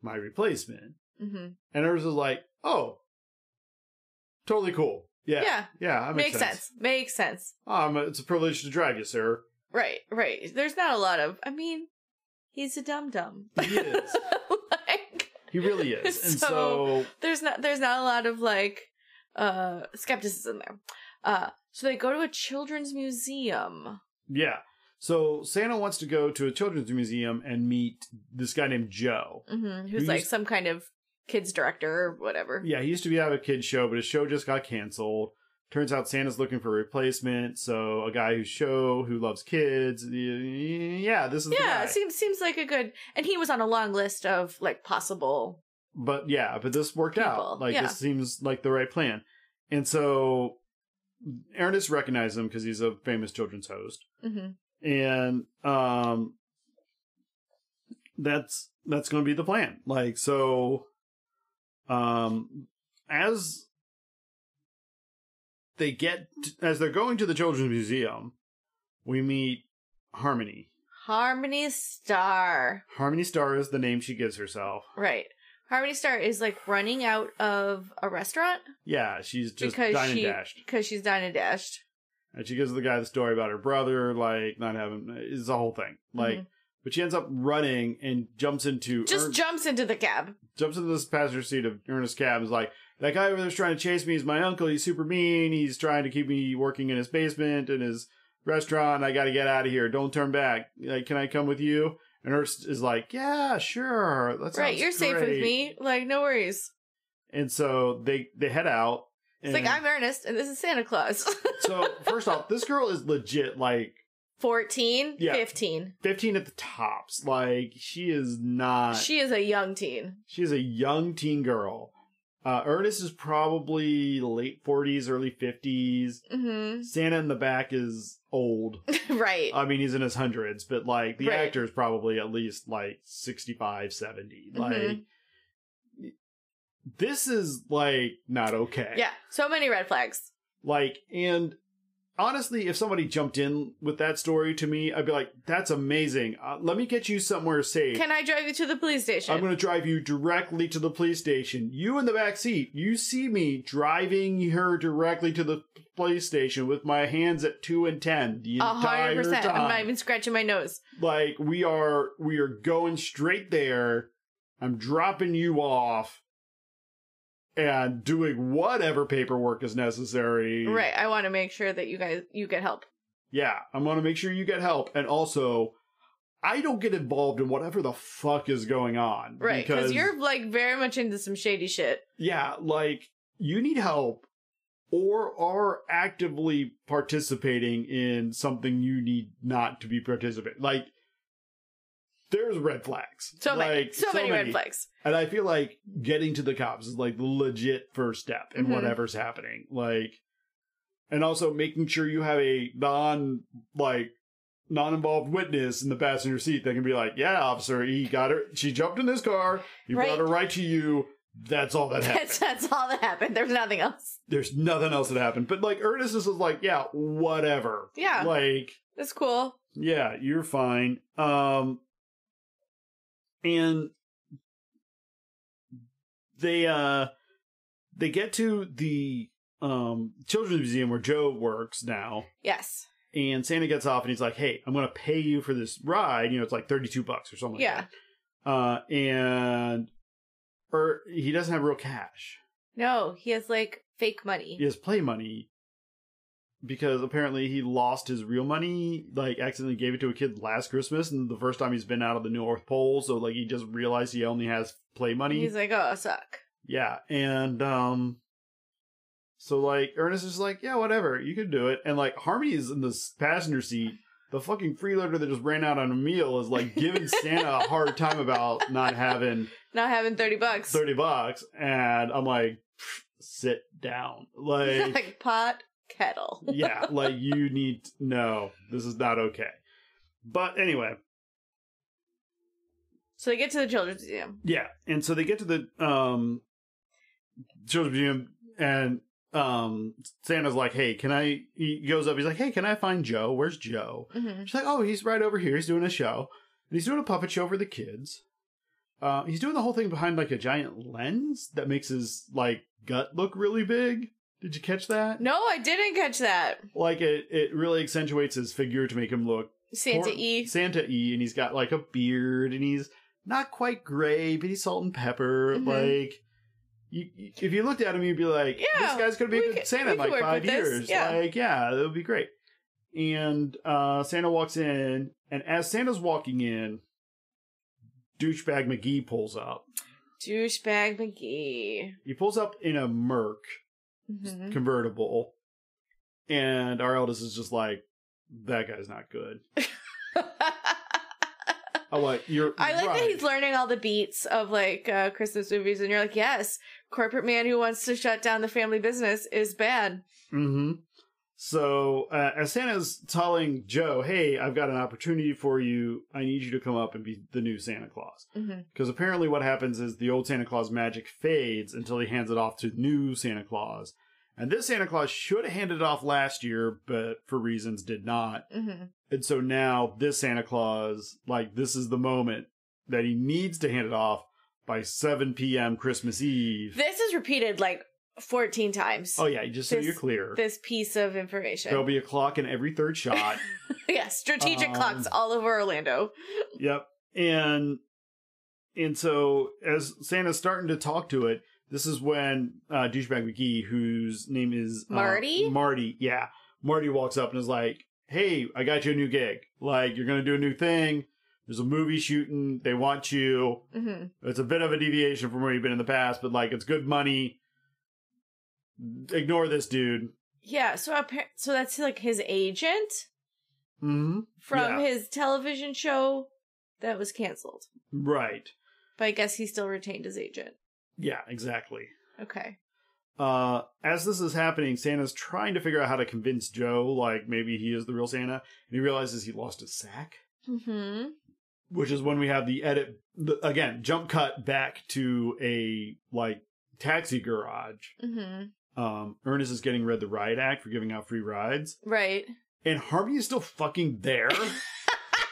Speaker 2: my replacement.
Speaker 1: hmm
Speaker 2: And Ernest is like, oh, totally cool. Yeah.
Speaker 1: Yeah.
Speaker 2: Yeah. That makes, sense.
Speaker 1: Makes sense.
Speaker 2: Um, it's a privilege to drive you, sir.
Speaker 1: Right, right. There's not a lot of. I mean, he's a dum dum.
Speaker 2: He is.
Speaker 1: like,
Speaker 2: He really is. And so,
Speaker 1: So- there's not. There's not a lot of like uh skepticism there. Uh, so they go to a children's museum.
Speaker 2: yeah. So Santa wants to go to a children's museum and meet this guy named Joe.
Speaker 1: hmm
Speaker 2: Who
Speaker 1: who's like
Speaker 2: used-
Speaker 1: some kind of kids director or whatever.
Speaker 2: Yeah, he used to be out of a kid's show, but his show just got canceled. Turns out Santa's looking for a replacement. So a guy whose show who loves kids. Yeah, this is
Speaker 1: Yeah,
Speaker 2: the guy.
Speaker 1: seems seems like a good. And he was on a long list of like possible.
Speaker 2: but yeah, but this worked
Speaker 1: People,
Speaker 2: out. Like
Speaker 1: yeah.
Speaker 2: this seems like the right plan. And so Ernest recognized him because he's a famous children's host,
Speaker 1: Mhm.
Speaker 2: and um, that's that's going to be the plan. Like so, um, as they get as they're going to the children's museum, we meet Harmony.
Speaker 1: Harmony Star.
Speaker 2: Harmony Star is the name she gives herself.
Speaker 1: Right. Harmony Star is like running out of a restaurant
Speaker 2: Yeah, she's just
Speaker 1: because
Speaker 2: dine
Speaker 1: she
Speaker 2: and dashed,
Speaker 1: because she's dine and dashed.
Speaker 2: and she gives the guy the story about her brother, like not having is the whole thing.
Speaker 1: Mm-hmm.
Speaker 2: Like, but she ends up running and jumps into
Speaker 1: Just
Speaker 2: Ern-
Speaker 1: jumps into the cab.
Speaker 2: jumps into this passenger seat of Ernest's cab. and Is like that guy over there's trying to chase me. He's my uncle. He's super mean. He's trying to keep me working in his basement and his restaurant. I got to get out of here. Don't turn back. Like, can I come with you? And Ernest is like, yeah, sure. That's
Speaker 1: right, you're safe with me. Like, no worries.
Speaker 2: And so they they head out.
Speaker 1: It's
Speaker 2: and-
Speaker 1: like I'm Ernest and this is Santa Claus.
Speaker 2: so first off, this girl is legit like
Speaker 1: 14,
Speaker 2: Yeah.
Speaker 1: 15.
Speaker 2: 15 at the tops. Like she is not.
Speaker 1: She is a young teen.
Speaker 2: She's a young teen girl. Uh, Ernest is probably late 40s, early 50s.
Speaker 1: hmm
Speaker 2: Santa in the back is old.
Speaker 1: right.
Speaker 2: I mean, he's in his hundreds, but like the
Speaker 1: Right.
Speaker 2: actor's probably at least like 65, 70. Like,
Speaker 1: Mm-hmm.
Speaker 2: this is like not okay.
Speaker 1: yeah. So many red flags.
Speaker 2: Like, and honestly, if somebody jumped in with that story to me, I'd be like, that's amazing. Uh, let me get you somewhere safe.
Speaker 1: Can I drive you to the police station?
Speaker 2: I'm going to drive you directly to the police station. You in the back seat. You see me driving her directly to the police station with my hands at 2 and 10 the
Speaker 1: A hundred
Speaker 2: entire
Speaker 1: percent.
Speaker 2: time.
Speaker 1: I'm not even scratching my nose.
Speaker 2: like we are we are going straight there i'm dropping you off and doing whatever paperwork is necessary
Speaker 1: Right. I want to make sure that you guys you get help.
Speaker 2: yeah i'm gonna make sure you get help and also i don't get involved in whatever the fuck is going on
Speaker 1: Right. Because you're like very much into some shady shit.
Speaker 2: yeah like you need help or are actively participating in something you need not to be participating like there's red flags
Speaker 1: So many
Speaker 2: Like,
Speaker 1: so, many, red flags.
Speaker 2: And I feel like getting to the cops is like the legit first step in
Speaker 1: Mhm.
Speaker 2: whatever's happening. Like, and also making sure you have a non, like, non involved witness in the passenger seat that can be like, yeah, officer, he got her. She jumped in this car. He
Speaker 1: Right.
Speaker 2: brought her right to you. That's all that happened.
Speaker 1: That's that's all that happened. There's nothing else.
Speaker 2: There's nothing else that happened. But like, Ernest is just like, yeah, whatever.
Speaker 1: Yeah.
Speaker 2: Like,
Speaker 1: That's cool.
Speaker 2: yeah, you're fine. Um and they uh they get to the um children's museum where Joe works now
Speaker 1: Yes.
Speaker 2: and Santa gets off and he's like, "Hey, I'm going to pay you for this ride, you know, it's like 32 bucks or something like
Speaker 1: Yeah.
Speaker 2: that." Uh and or he doesn't have real cash.
Speaker 1: No, he has like fake money.
Speaker 2: He has play money because apparently he lost his real money, like accidentally gave it to a kid last Christmas, and the first time he's been out of the North Pole, so like he just realized he only has play money.
Speaker 1: He's like, oh, I suck.
Speaker 2: yeah, and um, so like Ernest is like, yeah, whatever, you can do it, and like Harmony is in the s- passenger seat. The fucking freeloader that just ran out on a meal is like giving Santa a hard time about not having
Speaker 1: Not having thirty bucks.
Speaker 2: thirty bucks, and I'm like, "Pfft, sit down, like.
Speaker 1: like pot kettle.
Speaker 2: yeah, like you need no, this is not okay. But anyway,
Speaker 1: So they get to the children's museum.
Speaker 2: yeah, and so they get to the um children's museum, and um Santa's like, "Hey, can I?" He goes up, he's like, "Hey, can I find Joe? Where's Joe?"
Speaker 1: hmm
Speaker 2: She's like, "Oh, he's right over here. He's doing a show, and he's doing a puppet show for the kids. Uh, he's doing the whole thing behind like a giant lens that makes his like gut look really big." Did you catch that?
Speaker 1: No, I didn't catch that.
Speaker 2: Like it, it really accentuates his figure to make him look
Speaker 1: Santa
Speaker 2: Tor-
Speaker 1: E.
Speaker 2: Santa E, and he's got like a beard, and he's not quite gray, but he's salt and pepper.
Speaker 1: Mhm.
Speaker 2: Like, you, you- if you looked at him, you'd be like,
Speaker 1: Yeah,
Speaker 2: "This guy's gonna be
Speaker 1: we
Speaker 2: a good
Speaker 1: could-
Speaker 2: Santa
Speaker 1: we
Speaker 2: in
Speaker 1: could
Speaker 2: like
Speaker 1: work
Speaker 2: five
Speaker 1: with this,
Speaker 2: years.
Speaker 1: yeah.
Speaker 2: Like, yeah, that would be great." And uh, Santa walks in, and as Santa's walking in, douchebag McGee pulls up.
Speaker 1: Douchebag McGee.
Speaker 2: He pulls up in a Merc
Speaker 1: Mhm.
Speaker 2: convertible, and our eldest is just like, "That guy's not good."
Speaker 1: Mm-hmm.
Speaker 2: I'm like, "You're."
Speaker 1: I like that
Speaker 2: right."
Speaker 1: he's learning all the beats of like uh, Christmas movies, and you're like, yes, corporate man who wants to shut down the family business is bad.
Speaker 2: Mm-hmm. So uh, as Santa's telling Joe, "Hey, I've got an opportunity for you. I need you to come up and be the new Santa Claus."
Speaker 1: Mhm.
Speaker 2: Because apparently, what happens is the old Santa Claus magic fades until he hands it off to new Santa Claus. And this Santa Claus should have handed it off last year, but for reasons did not.
Speaker 1: Mhm.
Speaker 2: And so now this Santa Claus, like, this is the moment that he needs to hand it off by 7 p.m. Christmas Eve.
Speaker 1: This is repeated like 14 times.
Speaker 2: oh, yeah, just so
Speaker 1: This-
Speaker 2: you're clear.
Speaker 1: This piece of information.
Speaker 2: There'll be a clock in every third shot.
Speaker 1: yeah, strategic
Speaker 2: Um,
Speaker 1: clocks all over Orlando.
Speaker 2: Yep. And and so as Santa's starting to talk to it, this is when uh douchebag McGee, whose name is uh,
Speaker 1: Marty?
Speaker 2: Marty, yeah. Marty walks up and is like, Hey, I got you a new gig. Like, you're gonna do a new thing. There's a movie shooting, they want you.
Speaker 1: hmm
Speaker 2: It's a bit of a deviation from where you've been in the past, but like it's good money. Ignore this dude.
Speaker 1: Yeah, so appar- so that's like his agent
Speaker 2: Mm-hmm.
Speaker 1: from
Speaker 2: Yeah.
Speaker 1: his television show that was canceled.
Speaker 2: Right.
Speaker 1: But I guess he still retained his agent.
Speaker 2: Yeah, exactly.
Speaker 1: Okay.
Speaker 2: Uh, as this is happening, Santa's trying to figure out how to convince Joe, like maybe he is the real Santa, and he realizes he lost his sack,
Speaker 1: hmm
Speaker 2: which is when we have the edit the, again jump cut back to a like taxi garage.
Speaker 1: hmm
Speaker 2: Um, Ernest is getting read the riot act for giving out free rides,
Speaker 1: Right.
Speaker 2: and Harvey is still fucking there,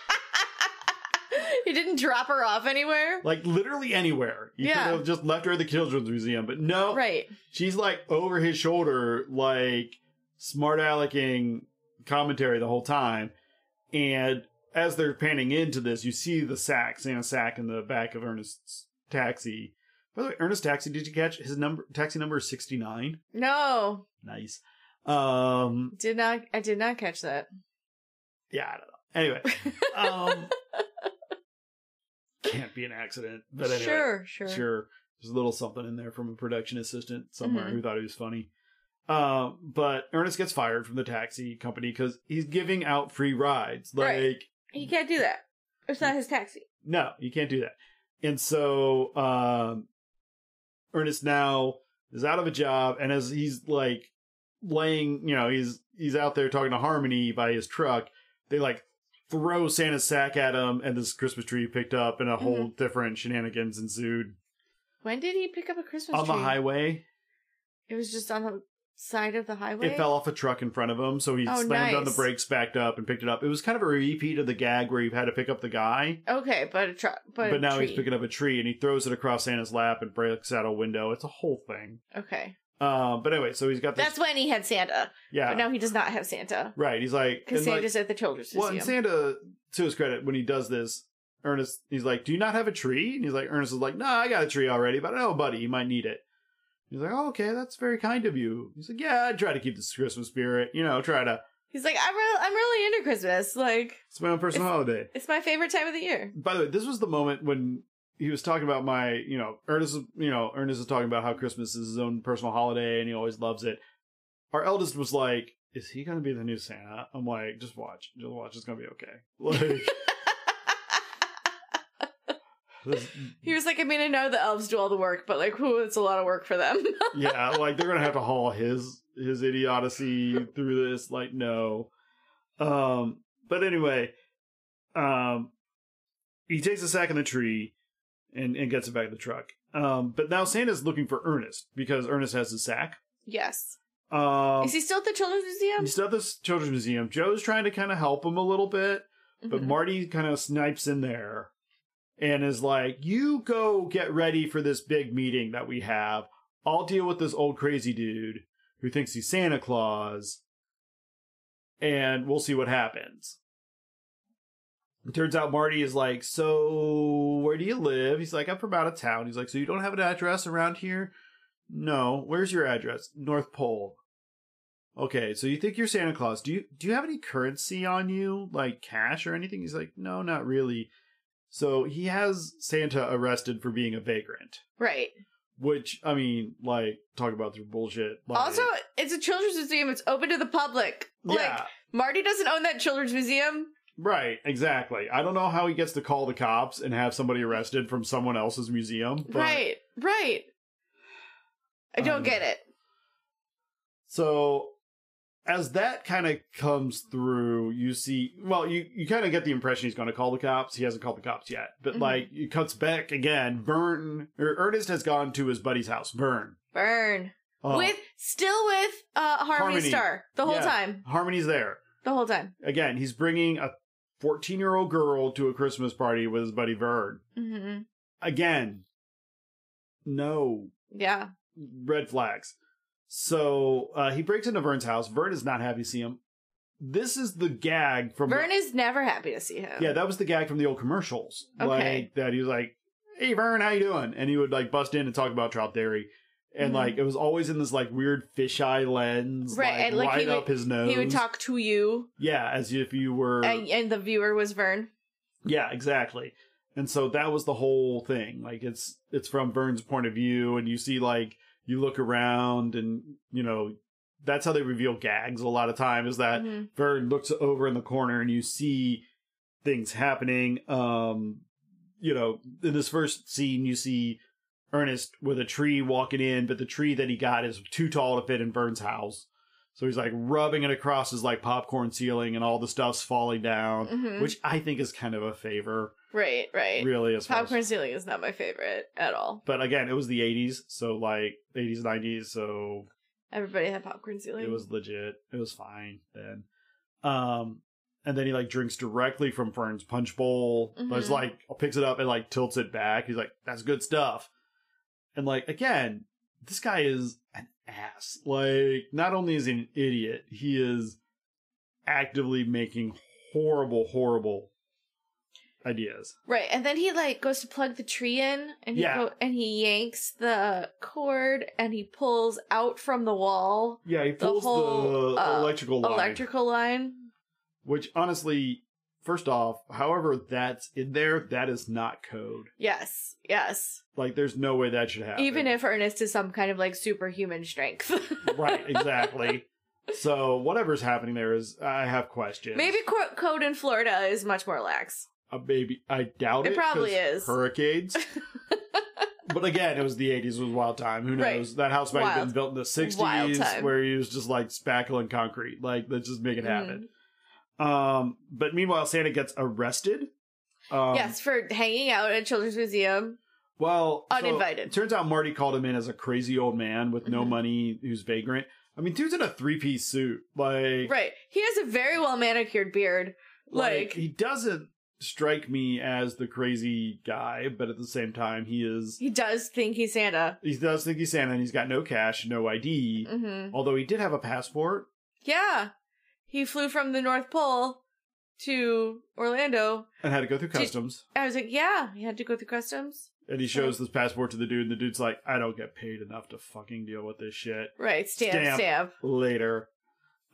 Speaker 1: he didn't drop her off anywhere.
Speaker 2: like literally anywhere. He
Speaker 1: Yeah.
Speaker 2: could have just left her at the children's museum, but no,
Speaker 1: Right.
Speaker 2: she's like over his shoulder, like smart alecking commentary the whole time. And as they're panning into this, you see the sack, Santa sack in the back of Ernest's taxi. By the way, Ernest Taxi, did you catch his number taxi number is sixty nine?
Speaker 1: No,
Speaker 2: Nice. Um
Speaker 1: did not. I did not catch that.
Speaker 2: yeah, I don't know. Anyway. Um Can't be an accident. But anyway.
Speaker 1: sure, sure,
Speaker 2: Sure. There's a little something in there from a production assistant somewhere
Speaker 1: Mhm.
Speaker 2: who thought it was funny. Uh, but Ernest gets fired from the taxi company because he's giving out free rides. Like,
Speaker 1: Right. He can't do that. It's not his taxi.
Speaker 2: no, you can't do that. And so um, Ernest now is out of a job, and as he's like laying, you know, he's he's out there talking to Harmony by his truck. They like throw Santa's sack at him, and this Christmas tree picked up, and a whole different shenanigans ensued
Speaker 1: When did he pick up a Christmas
Speaker 2: on the
Speaker 1: tree?
Speaker 2: highway.
Speaker 1: It was just on the side of the highway.
Speaker 2: It fell off a truck in front of him, so he
Speaker 1: Oh,
Speaker 2: slammed on the
Speaker 1: nice.
Speaker 2: brakes, backed up, and picked it up. It was kind of a repeat of the gag where you had to pick up the guy,
Speaker 1: Okay, but a truck. But,
Speaker 2: but, now he's
Speaker 1: tree.
Speaker 2: picking up a tree and he throws it across Santa's lap and breaks out a window. It's a whole thing.
Speaker 1: Okay,
Speaker 2: Uh, but anyway, so he's got this.
Speaker 1: that's when he had Santa,
Speaker 2: yeah,
Speaker 1: but now he does not have Santa
Speaker 2: right. He's like,
Speaker 1: because
Speaker 2: and like-
Speaker 1: Santa's at the children's
Speaker 2: well, and
Speaker 1: museum.
Speaker 2: Santa, to his credit, when he does this, Ernest, he's like, "Do you not have a tree?" And he's like, Ernest is like, "No, I got a tree already, but I know, a buddy, you might need it." He's like, "Oh, okay, that's very kind of you." He's like, "Yeah, I try to keep this Christmas spirit, you know, try to."
Speaker 1: he's like, I'm real. I'm really into Christmas. Like,
Speaker 2: It's my own personal holiday.
Speaker 1: it's my favorite time of the year.
Speaker 2: by the way, this was the moment when he was talking about my, you know, Ernest, you know, Ernest is talking about how Christmas is his own personal holiday and he always loves it. Our eldest was like, "Is he going to be the new Santa?" I'm like, "Just watch, just watch. It's going to be okay." Like, this,
Speaker 1: he was like, I mean, I know the elves do all the work, but like, who? It's a lot of work for them.
Speaker 2: yeah, like they're going to have to haul his his idiocy through this. Like, no. Um, but anyway, um, he takes a sack in the tree and and gets it back in the truck. Um, but now Santa's looking for Ernest because Ernest has his sack.
Speaker 1: yes.
Speaker 2: Um,
Speaker 1: Is he still at the children's museum?
Speaker 2: he's still at this children's museum. Joe's trying to kind of help him a little bit, but
Speaker 1: Mhm.
Speaker 2: Marty kind of snipes in there and is like, "You go get ready for this big meeting that we have. I'll deal with this old crazy dude who thinks he's Santa Claus, and we'll see what happens." It turns out Marty is like, "So where do you live?" He's like, "I'm from out of town." He's like, "So you don't have an address around here?" No. Where's your address? North Pole. Okay, so you think you're Santa Claus. Do you do you have any currency on you, like cash or anything? He's like, "No, not really." So he has Santa arrested for being a vagrant,
Speaker 1: right.
Speaker 2: which I mean, like talk about their bullshit. Like,
Speaker 1: Also, it's a children's museum. It's open to the public. Like
Speaker 2: yeah,
Speaker 1: Marty doesn't own that children's museum.
Speaker 2: right, exactly. I don't know how he gets to call the cops and have somebody arrested from someone else's museum. But,
Speaker 1: right. Right. I don't
Speaker 2: Um,
Speaker 1: get it.
Speaker 2: So as that kind of comes through, you see, well, you, you kind of get the impression he's going to call the cops. He hasn't called the cops yet, but
Speaker 1: Mhm.
Speaker 2: like it cuts back again. Vern, or Ernest has gone to his buddy's house, Vern.
Speaker 1: Burn.
Speaker 2: Uh,
Speaker 1: with still with uh Harmony,
Speaker 2: Harmony.
Speaker 1: Star the whole
Speaker 2: Yeah.
Speaker 1: time.
Speaker 2: Harmony's there.
Speaker 1: The whole time.
Speaker 2: Again, he's bringing a 14 year old girl to a Christmas party with his buddy Vern.
Speaker 1: hmm
Speaker 2: Again, no
Speaker 1: Yeah.
Speaker 2: red flags. So uh, he breaks into Vern's house. Vern is not happy to see him. This is the gag from
Speaker 1: Vern is never happy to see him.
Speaker 2: Yeah, that was the gag from the old commercials.
Speaker 1: Okay.
Speaker 2: Like that he was like, Hey Vern, how you doing? And he would like bust in and talk about trout dairy. And
Speaker 1: Mhm.
Speaker 2: like it was always in this like weird fisheye lens,
Speaker 1: Right,
Speaker 2: like,
Speaker 1: and, like,
Speaker 2: right
Speaker 1: he would-
Speaker 2: up his nose.
Speaker 1: he would talk to you,
Speaker 2: Yeah, as if you were
Speaker 1: and, and the viewer was Vern.
Speaker 2: Yeah, exactly. And so that was the whole thing. Like it's it's from Vern's point of view, and you see like you look around, and you know that's how they reveal gags a lot of time is that
Speaker 1: Mhm.
Speaker 2: Vern looks over in the corner and you see things happening. Um, you know, in this first scene, you see Ernest with a tree walking in, but the tree that he got is too tall to fit in Vern's house. So he's like rubbing it across his like popcorn ceiling and all the stuff's falling down,
Speaker 1: Mhm.
Speaker 2: which I think is kind of a favor,
Speaker 1: Right, right.
Speaker 2: really. As far as-
Speaker 1: Popcorn ceiling is not my favorite at all.
Speaker 2: but again, it was the 80s, so like 80s, 90s, so
Speaker 1: Everybody had popcorn ceiling.
Speaker 2: It was legit. It was fine then. Um, and then he like drinks directly from Fern's punch bowl. But it's
Speaker 1: Mhm.
Speaker 2: like picks it up and like tilts it back. He's like, "That's good stuff." And like again, this guy is an ass. Like, not only is he an idiot, he is actively making horrible, horrible ideas.
Speaker 1: right, and then he like goes to plug the tree in, and he
Speaker 2: Yeah.
Speaker 1: go- and he yanks the cord, and he pulls out from the wall
Speaker 2: Yeah, he pulls the,
Speaker 1: whole, uh,
Speaker 2: electrical line.
Speaker 1: electrical line.
Speaker 2: which honestly, first off, however that's in there, that is not code.
Speaker 1: Yes, yes.
Speaker 2: Like, there's no way that should happen.
Speaker 1: Even if Ernest is some kind of like superhuman strength,
Speaker 2: right, exactly. so whatever's happening there is, I have questions.
Speaker 1: Maybe co- code in Florida is much more lax.
Speaker 2: Uh, maybe I doubt it.
Speaker 1: It probably
Speaker 2: 'cause
Speaker 1: is.
Speaker 2: hurricanes. but again, it was the '80s. It was a wild time. Who
Speaker 1: Right.
Speaker 2: knows? That house might have
Speaker 1: Wild.
Speaker 2: been built in the
Speaker 1: Wild
Speaker 2: '60s,
Speaker 1: time.
Speaker 2: where he was just like spackling concrete. Like, let's just make it
Speaker 1: Mm.
Speaker 2: happen. Um, but meanwhile, Santa gets arrested. Um,
Speaker 1: Mm. yes, for hanging out at Children's Museum.
Speaker 2: Well, so it
Speaker 1: Uninvited.
Speaker 2: turns out Marty called him in as a crazy old man with no
Speaker 1: Mhm.
Speaker 2: money who's vagrant. I mean, dude's in a three piece suit. Like,
Speaker 1: Right. He has a very well manicured beard. Like,
Speaker 2: he doesn't strike me as the crazy guy, but at the same time, he is.
Speaker 1: he does think he's Santa.
Speaker 2: He does think he's Santa, and he's got no cash, no ID.
Speaker 1: hmm
Speaker 2: Although he did have a passport.
Speaker 1: Yeah. He flew from the North Pole to Orlando.
Speaker 2: And had to go through
Speaker 1: Did-
Speaker 2: customs,
Speaker 1: I was like, yeah, he had to go through customs.
Speaker 2: and he shows this passport to the dude, and the dude's like, "I don't get paid enough to fucking deal with this shit."
Speaker 1: Right. Stamp,
Speaker 2: Stamp.
Speaker 1: stamp.
Speaker 2: Later,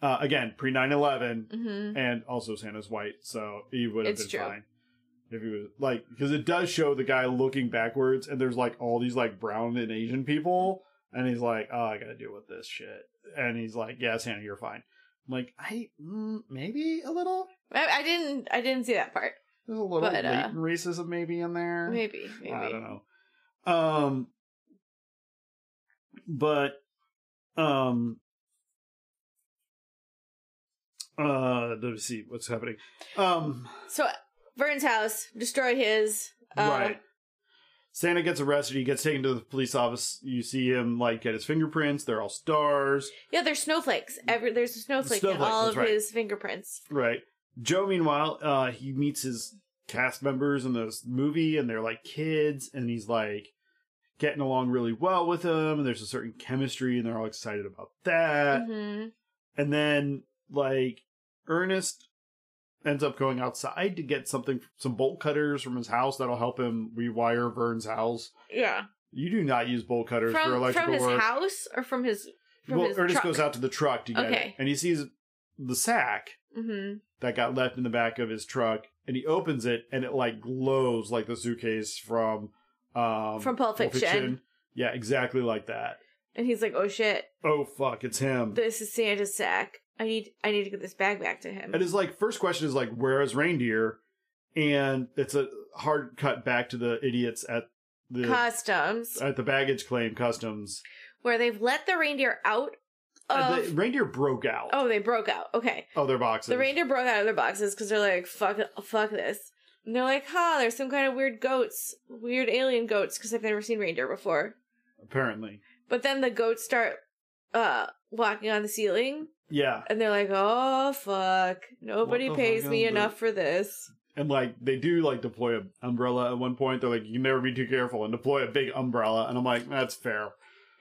Speaker 2: uh, again, pre 9-11,
Speaker 1: hmm
Speaker 2: and also Santa's white, so he would have
Speaker 1: It's
Speaker 2: been
Speaker 1: true.
Speaker 2: fine. If he was like, because it does show the guy looking backwards, and there's like all these like brown and Asian people, and he's like, "Oh, I gotta deal with this shit," and he's like, "Yeah, Santa, you're fine." I'm like, I mm, maybe a little,
Speaker 1: I, I didn't. I didn't see that part.
Speaker 2: there's a little
Speaker 1: But, uh,
Speaker 2: latent racism maybe in there.
Speaker 1: Maybe. Maybe.
Speaker 2: I don't know. Um, but um, uh, let's see what's happening. Um.
Speaker 1: So Vern's house destroy his. Uh,
Speaker 2: right. Santa gets arrested. He gets taken to the police office. You see him like get his fingerprints. They're all stars.
Speaker 1: Yeah, there's snowflakes. Every there's a snowflake in
Speaker 2: Snowflakes,
Speaker 1: all
Speaker 2: that's
Speaker 1: of
Speaker 2: right.
Speaker 1: his fingerprints.
Speaker 2: Right. Joe, meanwhile, uh, he meets his cast members in this movie, and they're like kids, and he's like getting along really well with them. And there's a certain chemistry, and they're all excited about that.
Speaker 1: hmm
Speaker 2: And then like Ernest ends up going outside to get something, some bolt cutters from his house that'll help him rewire Vern's house.
Speaker 1: Yeah,
Speaker 2: You do not use bolt cutters for
Speaker 1: from
Speaker 2: electrical
Speaker 1: from his
Speaker 2: work.
Speaker 1: house or from his. from
Speaker 2: well,
Speaker 1: his
Speaker 2: Ernest
Speaker 1: truck.
Speaker 2: goes out to the truck to get it,
Speaker 1: Okay.
Speaker 2: and he sees the sack
Speaker 1: hmm
Speaker 2: that got left in the back of his truck, and he opens it, and it like glows like the suitcase from um,
Speaker 1: From Pulp Fiction.
Speaker 2: Yeah, exactly like that.
Speaker 1: And he's like, "Oh shit,
Speaker 2: Oh fuck, it's him.
Speaker 1: this is Santa's sack. I need I need to get this bag back to him."
Speaker 2: and his like first question is like, "Where is reindeer?" And it's a hard cut back to the idiots at the
Speaker 1: Customs,
Speaker 2: Uh, at the baggage claim customs.
Speaker 1: where they've let the reindeer out
Speaker 2: Uh,
Speaker 1: of
Speaker 2: the reindeer broke out
Speaker 1: oh, they broke out. Okay,
Speaker 2: of their boxes.
Speaker 1: the reindeer broke out of their boxes because they're like, fuck, fuck this. And they're like, huh, there's some kind of weird goats, weird alien goats, because I've never seen reindeer before.
Speaker 2: apparently.
Speaker 1: But then the goats start uh walking on the ceiling,
Speaker 2: Yeah,
Speaker 1: and they're like, oh fuck, nobody
Speaker 2: the
Speaker 1: pays
Speaker 2: fuck
Speaker 1: me
Speaker 2: is
Speaker 1: enough
Speaker 2: this?
Speaker 1: for this.
Speaker 2: and like they do like deploy an umbrella at one point. They're like, you can never be too careful and deploy a big umbrella. And I'm like, that's fair.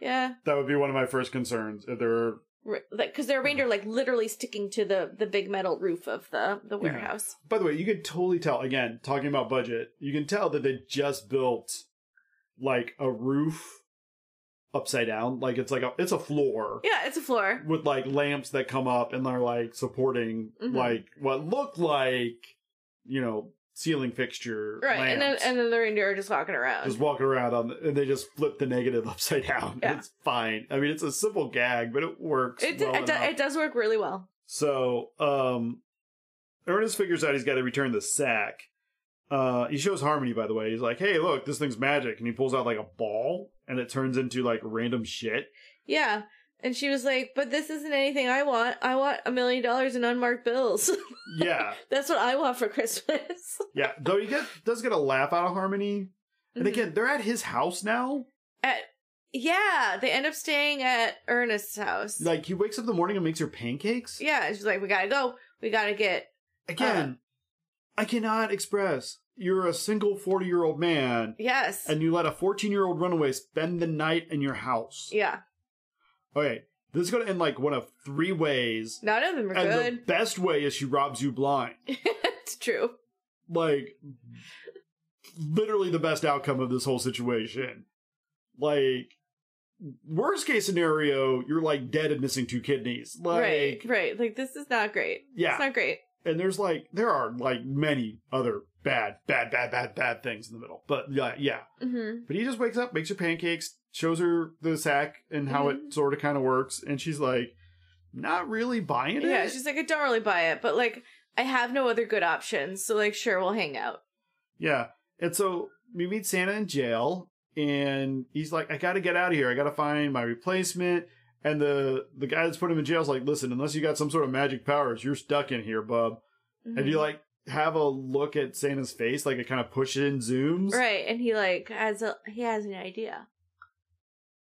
Speaker 1: Yeah,
Speaker 2: That would be one of my first concerns if there were
Speaker 1: Re- like because they're reindeer like literally sticking to the the big metal roof of the the warehouse.
Speaker 2: By the way, you can totally tell, again, talking about budget, you can tell that they just built like a roof upside down. Like it's like a it's a floor
Speaker 1: Yeah, it's a floor.
Speaker 2: with like lamps that come up and they're like supporting
Speaker 1: Mhm.
Speaker 2: like what look like, you know, ceiling fixture.
Speaker 1: Right, and then
Speaker 2: lamps.
Speaker 1: and then the reindeer are just walking around.
Speaker 2: just walking around on and they just flip the negative upside down.
Speaker 1: Yeah.
Speaker 2: It's fine. I mean it's a simple gag, but it works.
Speaker 1: it
Speaker 2: well
Speaker 1: it, do,
Speaker 2: enough.
Speaker 1: it does work really well.
Speaker 2: So, um, Ernest figures out he's got to return the sack. Uh, he shows Harmony, by the way. He's like, hey, look, this thing's magic. And he pulls out like a ball and it turns into like random shit.
Speaker 1: Yeah. And she was like, "But this isn't anything I want. I want a million dollars in unmarked bills.
Speaker 2: Yeah.
Speaker 1: That's what I want for Christmas."
Speaker 2: yeah. Though he get, does get a laugh out of Harmony. And
Speaker 1: Mhm.
Speaker 2: again, they're at his house now.
Speaker 1: yeah, they end up staying at Ernest's house.
Speaker 2: Like, he wakes up in the morning and makes her pancakes.
Speaker 1: yeah, and she's like, "We gotta go. We gotta get."
Speaker 2: Again,
Speaker 1: Uh.
Speaker 2: I cannot express. You're a single 40 year old man
Speaker 1: Yes.
Speaker 2: and you let a 14 year old runaway spend the night in your house.
Speaker 1: yeah.
Speaker 2: Okay, this is going to end like one of three ways.
Speaker 1: None of them are
Speaker 2: And the
Speaker 1: good.
Speaker 2: best way is she robs you blind.
Speaker 1: it's true.
Speaker 2: Like, literally the best outcome of this whole situation. Like, worst case scenario, you're like dead and missing two kidneys. Like,
Speaker 1: right. Right. Like this is not great.
Speaker 2: yeah.
Speaker 1: It's not great.
Speaker 2: and there's like, there are like many other bad, bad, bad, bad, bad things in the middle. But yeah, yeah.
Speaker 1: hmm
Speaker 2: But he just wakes up, makes her pancakes, shows her the sack and how
Speaker 1: Mm-hmm.
Speaker 2: it sort of kind of works. And she's like, not really buying it.
Speaker 1: Yeah, she's like, I don't really buy it, but like, I have no other good options, so like, sure, we'll hang out.
Speaker 2: Yeah. And so we meet Santa in jail and he's like, I gotta get out of here. I gotta find my replacement. And the the guy that's put him in jail is like, listen, unless you got some sort of magic powers, you're stuck in here, bub.
Speaker 1: Mm-hmm.
Speaker 2: And you like have a look at Santa's face, like it kind of push in zooms.
Speaker 1: right? And he like has a he has an idea.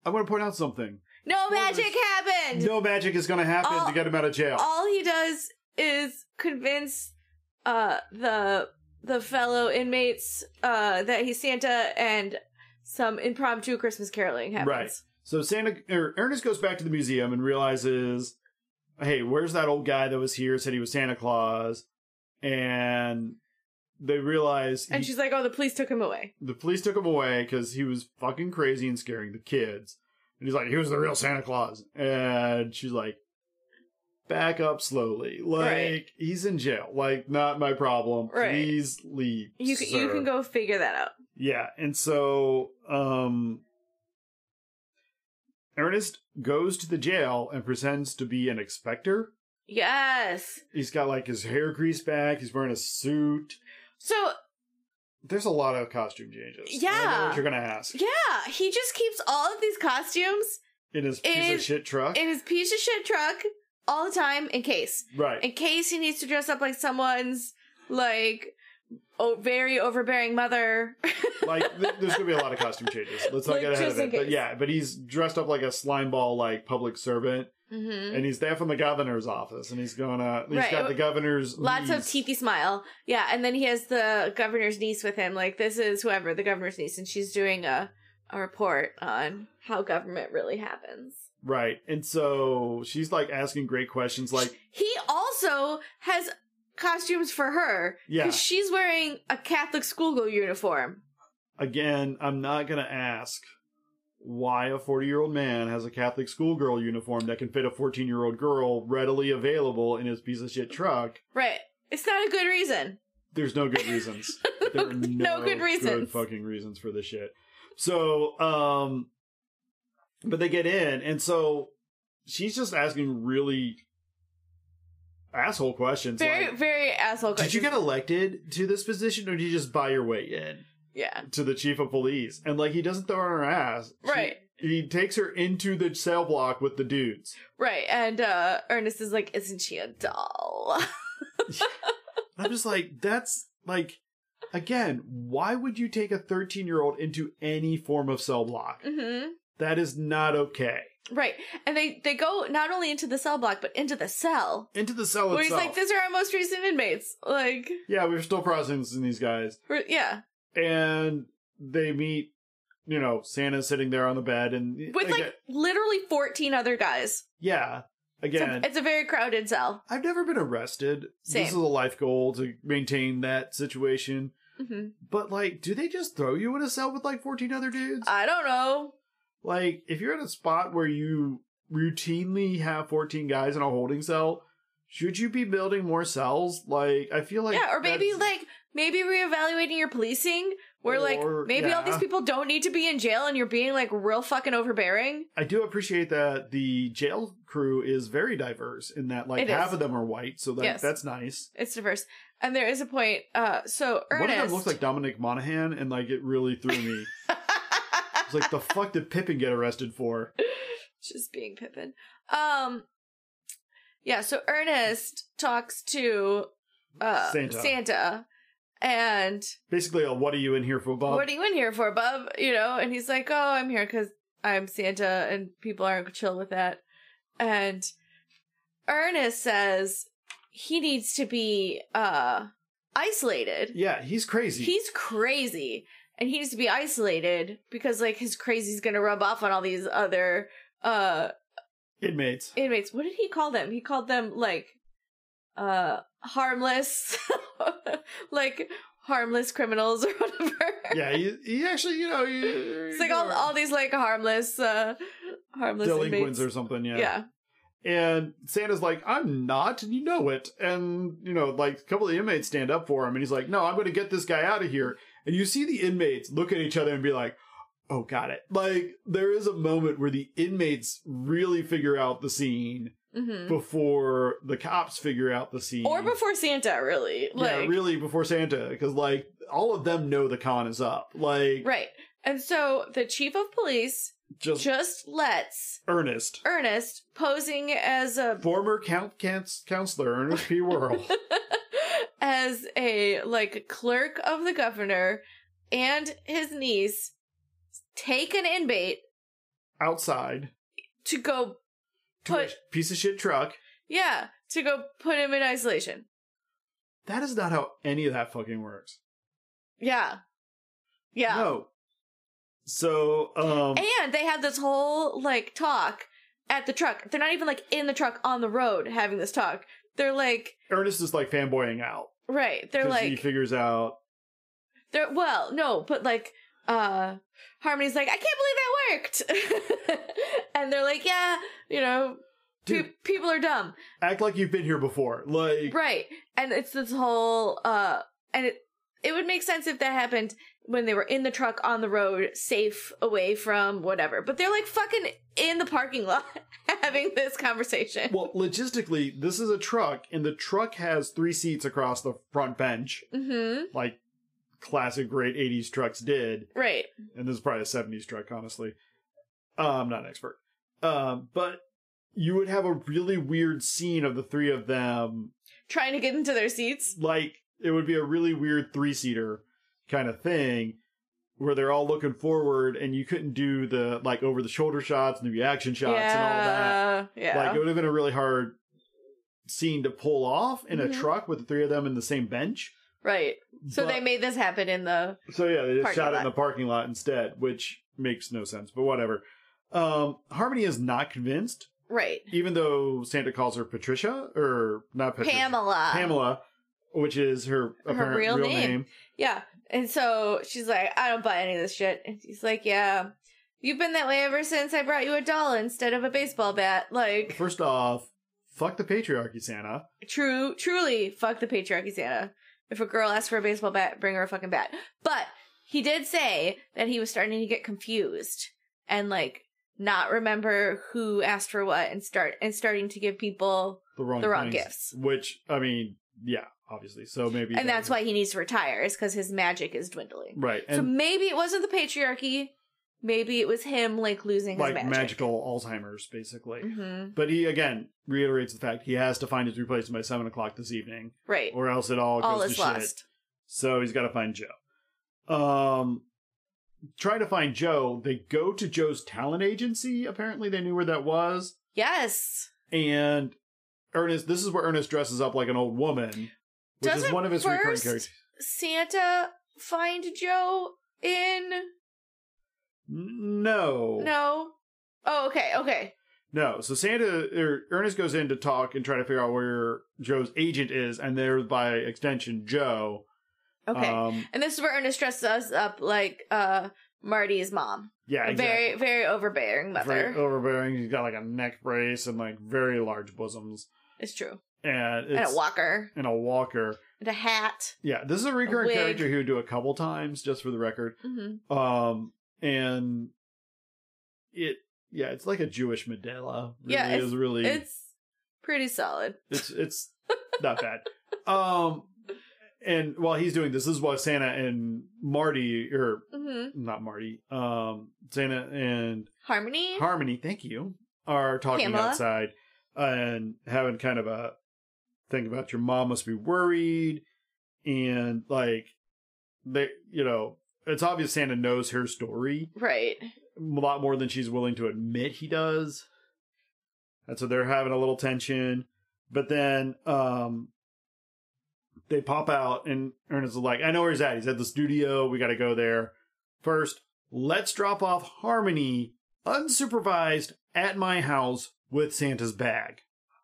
Speaker 2: I want to point out something.
Speaker 1: No
Speaker 2: Well,
Speaker 1: magic
Speaker 2: there's-
Speaker 1: happened.
Speaker 2: No magic is gonna happen
Speaker 1: All-
Speaker 2: to get him out of jail.
Speaker 1: All he does is convince uh the the fellow inmates uh that he's Santa and some impromptu Christmas caroling happens.
Speaker 2: Right. So Santa er, Ernest goes back to the museum and realizes, hey, where's that old guy that was here? Said he was Santa Claus, and they realize
Speaker 1: And
Speaker 2: he-
Speaker 1: she's like, "Oh, the police took him away."
Speaker 2: the police took him away because he was fucking crazy and scaring the kids. And he's like, he was the real Santa Claus. And she's like, back up slowly. Like,
Speaker 1: Right.
Speaker 2: he's in jail. Like, not my problem.
Speaker 1: Right.
Speaker 2: Please leave.
Speaker 1: You can you
Speaker 2: sir."
Speaker 1: can go figure that out.
Speaker 2: Yeah, and so um Ernest goes to the jail and pretends to be an inspector.
Speaker 1: Yes.
Speaker 2: He's got like his hair greased back, he's wearing a suit.
Speaker 1: So
Speaker 2: There's a lot of costume changes. and I know
Speaker 1: Yeah.
Speaker 2: what you're gonna ask.
Speaker 1: Yeah, he just keeps all of these costumes
Speaker 2: In his
Speaker 1: It
Speaker 2: piece of
Speaker 1: is-
Speaker 2: shit truck.
Speaker 1: in his piece of shit truck all the time in case.
Speaker 2: right.
Speaker 1: In case he needs to dress up like someone's like oh, very overbearing mother.
Speaker 2: like th- there's gonna be a lot of costume changes. Let's not
Speaker 1: Like,
Speaker 2: get ahead of
Speaker 1: just in
Speaker 2: it. But
Speaker 1: case.
Speaker 2: yeah, but he's dressed up like a slime ball like public servant
Speaker 1: hmm
Speaker 2: and he's there from the governor's office and he's gonna He's
Speaker 1: Right,
Speaker 2: got the governor's
Speaker 1: Lots of
Speaker 2: niece.
Speaker 1: teethy smile. Yeah, and then he has the governor's niece with him. Like this is whoever the governor's niece, and she's doing a a report on how government really happens.
Speaker 2: Right. And so she's like asking great questions like,
Speaker 1: He also has costumes for her
Speaker 2: Yeah.
Speaker 1: because she's wearing a Catholic schoolgirl uniform.
Speaker 2: again, I'm not going to ask why a 40 year old man has a Catholic schoolgirl uniform that can fit a 14 year old girl readily available in his piece of shit truck.
Speaker 1: Right. It's not a good reason.
Speaker 2: There's no good reasons. There are no,
Speaker 1: No good reasons.
Speaker 2: fucking reasons for this shit. So, um, but they get in, and so she's just asking really asshole questions.
Speaker 1: Very,
Speaker 2: like,
Speaker 1: very asshole
Speaker 2: did you
Speaker 1: question.
Speaker 2: get elected to this position, or did you just buy your way in?
Speaker 1: Yeah.
Speaker 2: to the chief of police and like he doesn't throw her on her ass She-
Speaker 1: Right.
Speaker 2: he takes her into the cell block with the dudes.
Speaker 1: Right. And uh Ernest is like, Isn't she a doll?
Speaker 2: I'm just like, that's like, again, why would you take a 13 year old into any form of cell block?
Speaker 1: hmm
Speaker 2: That is not okay.
Speaker 1: Right. And they they go not only into the cell block, but into the cell.
Speaker 2: Into Oh, the cell
Speaker 1: where he's
Speaker 2: itself.
Speaker 1: like, These are our most recent inmates. Like
Speaker 2: yeah, we were still processing these guys,
Speaker 1: we're- yeah.
Speaker 2: and they meet. You know, Santa's sitting there on the bed, and
Speaker 1: With like
Speaker 2: again-
Speaker 1: literally fourteen other guys.
Speaker 2: yeah,
Speaker 1: It's a-
Speaker 2: again,
Speaker 1: It's, a, very crowded cell.
Speaker 2: I've never been arrested.
Speaker 1: Same.
Speaker 2: This is a life goal to maintain that situation.
Speaker 1: hmm
Speaker 2: But like, do they just throw you in a cell with like 14 other dudes?
Speaker 1: I don't know.
Speaker 2: like, if you're in a spot where you routinely have 14 guys in a holding cell, should you be building more cells? Like, I feel like
Speaker 1: yeah, or maybe
Speaker 2: that's-
Speaker 1: like maybe reevaluating your policing. Where like
Speaker 2: Or-
Speaker 1: maybe all these
Speaker 2: yeah.
Speaker 1: people don't need to be in jail, and you're being like real fucking overbearing.
Speaker 2: I do appreciate that the jail crew is very diverse in that like
Speaker 1: It
Speaker 2: half
Speaker 1: is.
Speaker 2: of them are white, so that
Speaker 1: Yes.
Speaker 2: that's nice.
Speaker 1: It's diverse, and there is a point. Uh, so Ernest
Speaker 2: One of them looks like Dominic Monaghan, and like it really threw me. it's like the fuck did Pippin get arrested for?
Speaker 1: just being Pippin. Um, yeah. So Ernest talks to uh,
Speaker 2: Santa.
Speaker 1: Santa. and
Speaker 2: basically a what are you in here for bob
Speaker 1: what are you in here for, Bub? You know, and he's like, "Oh, I'm here because I'm Santa, and people aren't chill with that." And Ernest says he needs to be uh isolated.
Speaker 2: yeah he's crazy
Speaker 1: He's crazy, and he needs to be isolated because like his crazy's gonna rub off on all these other uh
Speaker 2: inmates
Speaker 1: inmates what did he call them he called them like uh harmless like harmless criminals or whatever
Speaker 2: yeah he, he actually you know he,
Speaker 1: it's like all, all these like harmless uh harmless
Speaker 2: delinquents
Speaker 1: inmates.
Speaker 2: or something yeah.
Speaker 1: yeah
Speaker 2: and santa's like i'm not and you know it and you know like a couple of the inmates stand up for him and he's like no i'm gonna get this guy out of here and you see the inmates look at each other and be like oh got it like there is a moment where the inmates really figure out the scene
Speaker 1: hmm
Speaker 2: before the cops figure out the scene
Speaker 1: or before santa really like
Speaker 2: yeah, really before Santa, because like all of them know the con is up. Like
Speaker 1: right and so the chief of police
Speaker 2: just,
Speaker 1: just lets
Speaker 2: Ernest,
Speaker 1: ernest posing as a
Speaker 2: former count can- counselor Ernest P. Worrell.
Speaker 1: as a like clerk of the governor and his niece take an inmate
Speaker 2: outside
Speaker 1: to go
Speaker 2: to a
Speaker 1: Put-
Speaker 2: piece of shit truck.
Speaker 1: yeah to go put him in isolation
Speaker 2: That is not how any of that fucking works.
Speaker 1: yeah yeah
Speaker 2: No. So um
Speaker 1: and they had this whole like talk at the truck they're not even like in the truck on the road having this talk they're like
Speaker 2: Ernest is like fanboying out.
Speaker 1: right they're
Speaker 2: 'cause he
Speaker 1: like
Speaker 2: figures out
Speaker 1: they're well no but like uh harmony's like i can't believe that worked and they're like yeah you know pe-
Speaker 2: Dude,
Speaker 1: people are dumb
Speaker 2: act like you've been here before. Like
Speaker 1: Right. And it's this whole uh and it it would make sense if that happened when they were in the truck on the road, safe away from whatever. But they're like fucking in the parking lot having this conversation.
Speaker 2: well, logistically, this is a truck, and the truck has three seats across the front bench.
Speaker 1: mm-hmm.
Speaker 2: like classic great 80s trucks did
Speaker 1: Right.
Speaker 2: and this is probably a 70s truck honestly uh, i'm not an expert um, but you would have a really weird scene of the three of them
Speaker 1: Trying to get into their seats.
Speaker 2: like it would be a really weird three-seater kind of thing where they're all looking forward and you couldn't do the like over the shoulder shots and the reaction shots and all that
Speaker 1: yeah. Yeah.
Speaker 2: like it would have been a really hard scene to pull off in
Speaker 1: Mhm.
Speaker 2: a truck with the three of them in the same bench
Speaker 1: right. So
Speaker 2: but-
Speaker 1: they made this happen in the
Speaker 2: So yeah, they just
Speaker 1: Parking
Speaker 2: shot it in
Speaker 1: lot.
Speaker 2: the parking lot instead, which makes no sense, but whatever. Um, Harmony is not convinced,
Speaker 1: right.
Speaker 2: even though Santa calls her Patricia or not Patricia,
Speaker 1: Pamela.
Speaker 2: Pamela, which is her apparent
Speaker 1: real
Speaker 2: real,
Speaker 1: name.
Speaker 2: name.
Speaker 1: Yeah. And so she's like, I don't buy any of this shit. And he's like, Yeah, you've been that way ever since I brought you a doll instead of a baseball bat. Like,
Speaker 2: First off, fuck the patriarchy, Santa.
Speaker 1: true, truly, fuck the patriarchy, Santa. If a girl asks for a baseball bat, bring her a fucking bat. But he did say that he was starting to get confused and like not remember who asked for what and start and starting to give people
Speaker 2: The wrong
Speaker 1: The wrong
Speaker 2: things.
Speaker 1: gifts.
Speaker 2: Which I mean, yeah, obviously. So maybe
Speaker 1: and that's why he needs to retire is because his magic is dwindling
Speaker 2: right.
Speaker 1: so
Speaker 2: And
Speaker 1: maybe it wasn't the patriarchy Maybe it was him like losing
Speaker 2: like
Speaker 1: his magic.
Speaker 2: magical Alzheimer's, basically.
Speaker 1: hmm
Speaker 2: But he again reiterates the fact he has to find his replacement by seven o'clock this evening,
Speaker 1: Right.
Speaker 2: or else it all,
Speaker 1: All
Speaker 2: goes
Speaker 1: is
Speaker 2: to shit.
Speaker 1: lost.
Speaker 2: So he's got to find Joe. Um, trying to find Joe, they go to Joe's talent agency. Apparently, they knew where that was.
Speaker 1: Yes.
Speaker 2: And Ernest, this is where Ernest dresses up like an old woman, which is
Speaker 1: Doesn't
Speaker 2: one of his recurring
Speaker 1: first-
Speaker 2: characters.
Speaker 1: Santa find Joe in
Speaker 2: No,
Speaker 1: No. Oh, okay, okay.
Speaker 2: no. So Santa or Ernest goes in to talk and try to figure out where Joe's agent is, and there by extension Joe.
Speaker 1: Okay.
Speaker 2: Um,
Speaker 1: and this is where Ernest dresses us up like uh Marty's mom.
Speaker 2: yeah,
Speaker 1: A
Speaker 2: exactly.
Speaker 1: Very very overbearing mother.
Speaker 2: Very oh, overbearing. He's got like a neck brace and like very large bosoms,
Speaker 1: it's true.
Speaker 2: and it's,
Speaker 1: And a walker.
Speaker 2: and a walker.
Speaker 1: And a hat.
Speaker 2: Yeah, this is a recurring
Speaker 1: wig.
Speaker 2: character who would do a couple times, just for the record.
Speaker 1: hmm
Speaker 2: Um, and it, yeah, it's like a Jewish Medela. Really,
Speaker 1: Yeah, it's-
Speaker 2: is really
Speaker 1: It's pretty solid.
Speaker 2: it's it's not bad. Um, and while he's doing this, this is why Santa and Marty, or
Speaker 1: hmm
Speaker 2: not Marty, um, Santa and
Speaker 1: Harmony.
Speaker 2: Harmony, thank you, are talking
Speaker 1: Pamela.
Speaker 2: outside and having kind of a thing about your mom must be worried and like they you know it's obvious Santa knows her story
Speaker 1: right.
Speaker 2: a lot more than she's willing to admit he does. And so they're having a little tension. But then um they pop out and Ernest is like, I know where he's at. He's at the studio. We gotta go there. First, let's drop off Harmony unsupervised at my house with Santa's bag.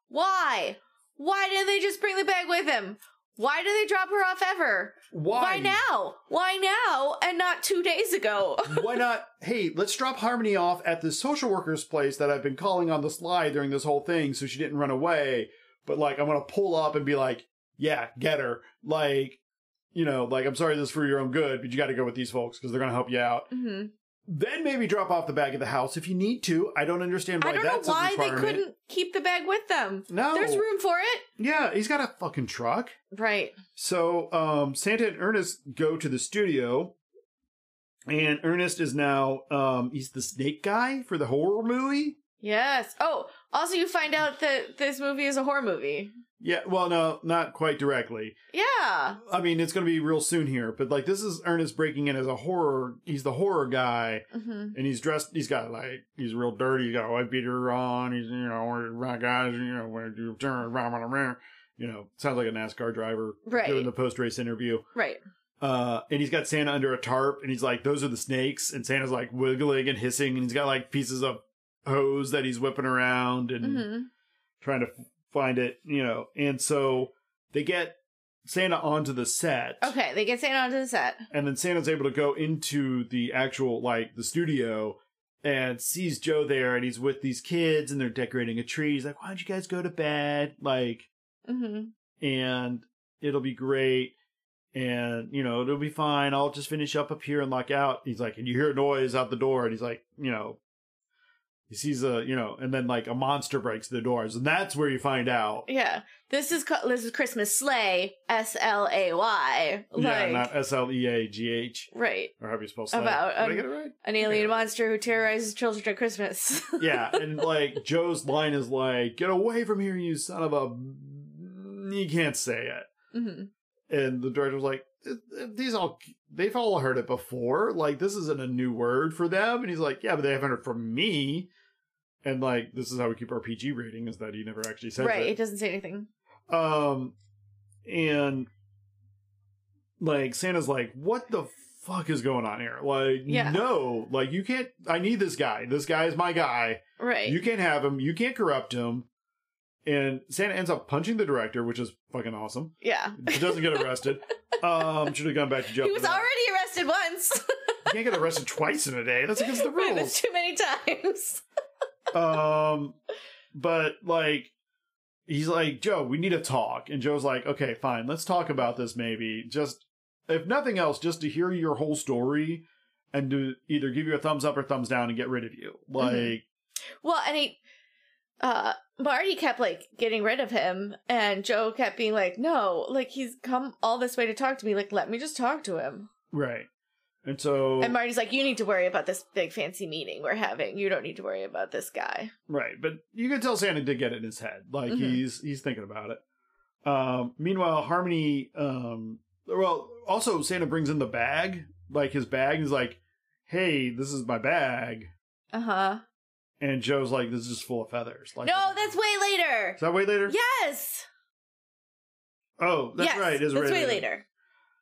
Speaker 1: Why? Why didn't they just bring the bag with him? Why did they drop her off ever?
Speaker 2: Why,
Speaker 1: Why now? Why now and not two days ago?
Speaker 2: Why not? Hey, let's drop Harmony off at the social worker's place that I've been calling on the slide during this whole thing so she didn't run away. But like, I'm going to pull up and be like, yeah, get her. Like, you know, like, I'm sorry this is for your own good, but you got to go with these folks because they're going to help you out.
Speaker 1: hmm
Speaker 2: Then maybe drop off the bag at the house if you need to. I don't understand why
Speaker 1: I don't know
Speaker 2: that's
Speaker 1: why
Speaker 2: a
Speaker 1: they
Speaker 2: requirement.
Speaker 1: couldn't keep the bag with them.
Speaker 2: No.
Speaker 1: There's room for it.
Speaker 2: Yeah, he's got a fucking truck.
Speaker 1: Right.
Speaker 2: So um, Santa and Ernest go to the studio, and Ernest is now um, he's the snake guy for the horror movie.
Speaker 1: Yes. Oh, also you find out that this movie is a horror movie.
Speaker 2: Yeah, well, no, not quite directly.
Speaker 1: Yeah.
Speaker 2: I mean, it's going to be real soon here, but like this is Ernest breaking in as a horror. He's the horror guy,
Speaker 1: hmm
Speaker 2: and he's dressed. He's got like he's real dirty. He's got a white beater on. He's you know one of the right guys. You know when you turn around, around, around. You know, sounds like a NASCAR driver
Speaker 1: Right.
Speaker 2: doing the post race interview.
Speaker 1: Right.
Speaker 2: Uh, and he's got Santa under a tarp, and he's like, "Those are the snakes." And Santa's like wiggling and hissing, and he's got like pieces of hose that he's whipping around and
Speaker 1: hmm
Speaker 2: trying to find it, you know. And so they get Santa onto the set,
Speaker 1: Okay, they get Santa onto the set.
Speaker 2: and then Santa's able to go into the actual like the studio and sees Joe there, and he's with these kids, and they're decorating a tree. He's like, "Why don't you guys go to bed?" Like,
Speaker 1: hmm
Speaker 2: and it'll be great and you know it'll be fine i'll just finish up up here and lock out he's like and you hear a noise out the door and he's like you know he sees a you know and then like a monster breaks the doors and that's where you find out
Speaker 1: Yeah. This is co- this is Christmas sleigh. S L A Y. Like
Speaker 2: yeah not E s-l-e-a-g-h
Speaker 1: right,
Speaker 2: or however you spell slay.
Speaker 1: About,
Speaker 2: Did I
Speaker 1: um,
Speaker 2: get it right?
Speaker 1: an
Speaker 2: Yeah.
Speaker 1: alien monster who terrorizes children at Christmas.
Speaker 2: yeah and like joe's line is like get away from here you son of a you can't say it
Speaker 1: hmm
Speaker 2: and the director was like "Th- th- these all they've all heard it before like this isn't a new word for them and he's like yeah but they haven't heard it from me and like this is how we keep our pg rating is that he never actually says
Speaker 1: Right. It
Speaker 2: it
Speaker 1: doesn't say anything.
Speaker 2: um and like santa's like what the fuck is going on here like
Speaker 1: Yeah.
Speaker 2: no like you can't i need this guy this guy is my guy
Speaker 1: Right.
Speaker 2: you can't have him you can't corrupt him and santa ends up punching the director which is fucking awesome
Speaker 1: yeah.
Speaker 2: he doesn't get arrested. Um, should have gone back to jail.
Speaker 1: He
Speaker 2: for
Speaker 1: was
Speaker 2: that.
Speaker 1: already arrested once.
Speaker 2: You can't get arrested twice in a day. That's against the
Speaker 1: Right, that's
Speaker 2: rules.
Speaker 1: too many times.
Speaker 2: um, but like, he's like, Joe, we need to talk, and Joe's like, okay, fine, let's talk about this. Maybe just if nothing else, just to hear your whole story and to either give you a thumbs up or thumbs down and get rid of you.
Speaker 1: Mm-hmm.
Speaker 2: Like,
Speaker 1: Well, and he, uh, Marty kept like getting rid of him, and Joe kept being like, "No, like he's come all this way to talk to me. Like, let me just talk to him."
Speaker 2: right. And so,
Speaker 1: And Marty's like, you need to worry about this big fancy meeting we're having. You don't need to worry about this guy.
Speaker 2: right, but you can tell Santa did get it in his head. Like
Speaker 1: Mhm.
Speaker 2: he's he's thinking about it. Um, meanwhile, Harmony. Um, well, also Santa brings in the bag, like his bag. He's like, "Hey, this is my bag,"
Speaker 1: Uh huh.
Speaker 2: and Joe's like, "This is just full of feathers." Like,
Speaker 1: No, that's way later.
Speaker 2: is that way later?
Speaker 1: Yes.
Speaker 2: Oh, that's
Speaker 1: yes,
Speaker 2: right. It is
Speaker 1: that's way
Speaker 2: later.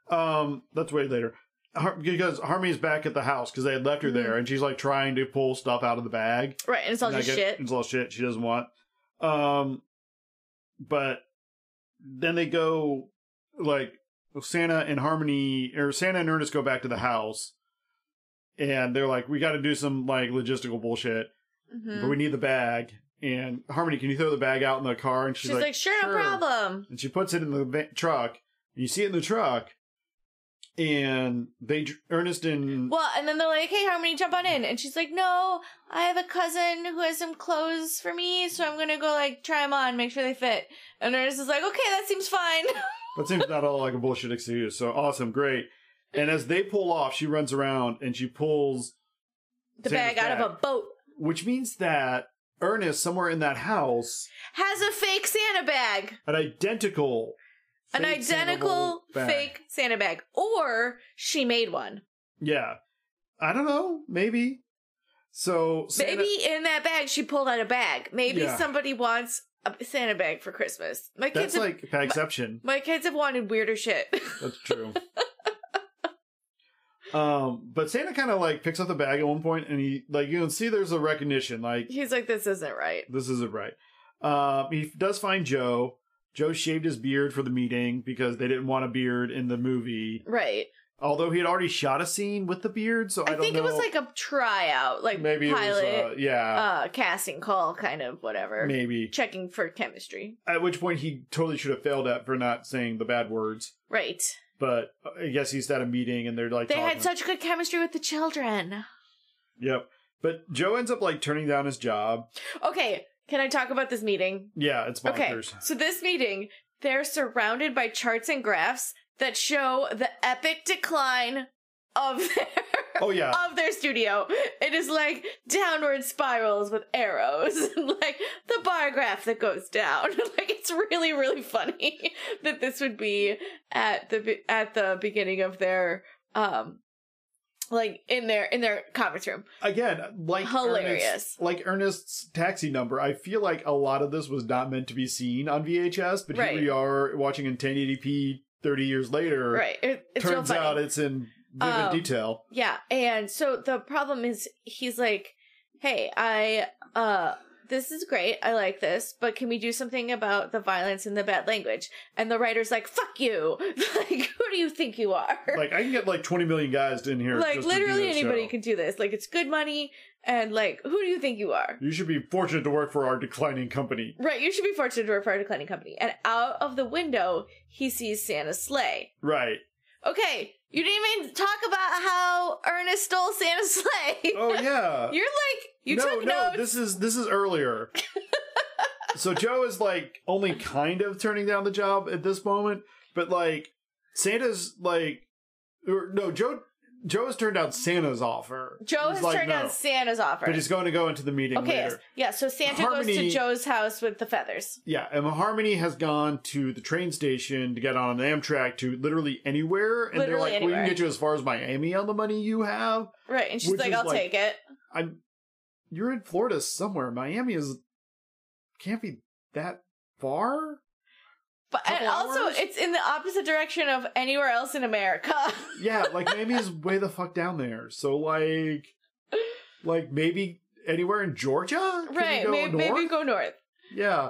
Speaker 1: later.
Speaker 2: Um, that's way later. Har- Because Harmony's back at the house because they had left her
Speaker 1: Mm-hmm.
Speaker 2: there, and she's like trying to pull stuff out of the bag.
Speaker 1: Right, and it's all
Speaker 2: And I
Speaker 1: just
Speaker 2: get-
Speaker 1: shit.
Speaker 2: It's all shit she doesn't want. Um, but then they go like Santa and Harmony, or Santa and Ernest go back to the house, and they're like, "We got to do some like logistical bullshit,
Speaker 1: Mhm.
Speaker 2: but we need the bag." And Harmony, can you throw the bag out in the car? And she's,
Speaker 1: She's like, sure, no problem.
Speaker 2: and she puts it in the va- truck. And you see it in the truck, and they dr- Ernest and
Speaker 1: Well, and then they're like, hey, Harmony, jump on in. And she's like, no, I have a cousin who has some clothes for me, so I'm going to go, like, try them on, make sure they fit. And Ernest is like, okay, that seems fine.
Speaker 2: that seems not all like a bullshit excuse. So awesome, great. And as they pull off, she runs around and she pulls,
Speaker 1: the
Speaker 2: Same
Speaker 1: bag
Speaker 2: as
Speaker 1: out of a
Speaker 2: bag.
Speaker 1: boat
Speaker 2: which means that Ernest somewhere in that house,
Speaker 1: has a fake Santa bag.
Speaker 2: an identical,
Speaker 1: An
Speaker 2: fake
Speaker 1: identical
Speaker 2: Sandoval bag.
Speaker 1: fake Santa bag. Or she made one.
Speaker 2: Yeah, I don't know, maybe. So Santa-
Speaker 1: Maybe in that bag she pulled out a bag. Maybe
Speaker 2: Yeah.
Speaker 1: somebody wants a Santa bag for Christmas. My kids
Speaker 2: that's
Speaker 1: have,
Speaker 2: like exception.
Speaker 1: my kids have wanted weirder shit.
Speaker 2: That's true. um, but Santa kind of like picks up the bag at one point, and he like you can see there's a recognition, like
Speaker 1: He's like, this isn't right.
Speaker 2: this isn't right. Um, he does find Joe. Joe shaved his beard for the meeting because they didn't want a beard in the movie.
Speaker 1: Right.
Speaker 2: Although he had already shot a scene with the beard, so I,
Speaker 1: I,
Speaker 2: don't
Speaker 1: think
Speaker 2: know.
Speaker 1: it was like a tryout, like
Speaker 2: maybe
Speaker 1: pilot,
Speaker 2: it was uh, yeah,
Speaker 1: uh, casting call, kind of whatever.
Speaker 2: maybe.
Speaker 1: Checking for chemistry.
Speaker 2: At which point he totally should have failed at for not saying the bad words.
Speaker 1: Right.
Speaker 2: But I guess he's at a meeting and they're like
Speaker 1: They
Speaker 2: talking.
Speaker 1: had such good chemistry with the children.
Speaker 2: Yep. But Joe ends up like turning down his job.
Speaker 1: Okay, can I talk about this meeting?
Speaker 2: Yeah, it's
Speaker 1: Okay,
Speaker 2: bonkers.
Speaker 1: so this meeting, they're surrounded by charts and graphs that show the epic decline of their
Speaker 2: Oh yeah.
Speaker 1: of their studio. It is like downward spirals with arrows, and like the bar graph that goes down. like it's really really funny that this would be at the be- at the beginning of their um like in their in their conference room.
Speaker 2: Again, like
Speaker 1: Hilarious.
Speaker 2: Ernest- like Ernest's taxi number. I feel like a lot of this was not meant to be seen on VHS, but
Speaker 1: Right.
Speaker 2: here we are watching in 1080p 30 years later.
Speaker 1: Right. It, it's real
Speaker 2: Turns
Speaker 1: funny.
Speaker 2: out it's in vivid
Speaker 1: Um,
Speaker 2: detail.
Speaker 1: Yeah, and so the problem is he's like, "Hey, I uh this is great. I like this, but can we do something about the violence and the bad language?" And the writer's like, "Fuck you. like, who do you think you are?"
Speaker 2: Like I can get like 20 million guys in here.
Speaker 1: Like,
Speaker 2: just to do
Speaker 1: literally
Speaker 2: this
Speaker 1: anybody
Speaker 2: show.
Speaker 1: can do this. Like it's good money and like who do you think you are?
Speaker 2: You should be fortunate to work for our declining company.
Speaker 1: Right, you should be fortunate to refer to a cleaning company. And out of the window, he sees Santa's sleigh.
Speaker 2: Right.
Speaker 1: Okay, you didn't even talk about how Ernest stole Santa's sleigh.
Speaker 2: Oh yeah.
Speaker 1: You're like you
Speaker 2: no,
Speaker 1: took
Speaker 2: no,
Speaker 1: notes.
Speaker 2: this is this is earlier. so Joe is like only kind of turning down the job at this moment, but like Santa's like or, no, Joe Joe has turned down Santa's offer.
Speaker 1: Joe
Speaker 2: He's
Speaker 1: has
Speaker 2: like,
Speaker 1: turned
Speaker 2: no,
Speaker 1: down Santa's offer.
Speaker 2: But he's going to go into the meeting
Speaker 1: okay, yes.
Speaker 2: later.
Speaker 1: yeah. So Santa goes
Speaker 2: Harmony-
Speaker 1: to Joe's house with the feathers.
Speaker 2: Yeah, and Harmony has gone to the train station to get on an Amtrak to literally anywhere, and they're
Speaker 1: Literally
Speaker 2: like, "We
Speaker 1: anywhere.
Speaker 2: can get you as far as Miami on the money you have."
Speaker 1: Right, and she's
Speaker 2: Which
Speaker 1: like,
Speaker 2: is
Speaker 1: "I'll
Speaker 2: like-
Speaker 1: take it."
Speaker 2: I'm, you're in Florida somewhere. Miami is can't be that far.
Speaker 1: But and
Speaker 2: couple
Speaker 1: also,
Speaker 2: hours?
Speaker 1: it's in the opposite direction of anywhere else in America.
Speaker 2: yeah, like maybe he's way the fuck down there. So like, like maybe anywhere in Georgia, Can we
Speaker 1: right?
Speaker 2: go
Speaker 1: Maybe,
Speaker 2: north?
Speaker 1: maybe go north.
Speaker 2: Yeah,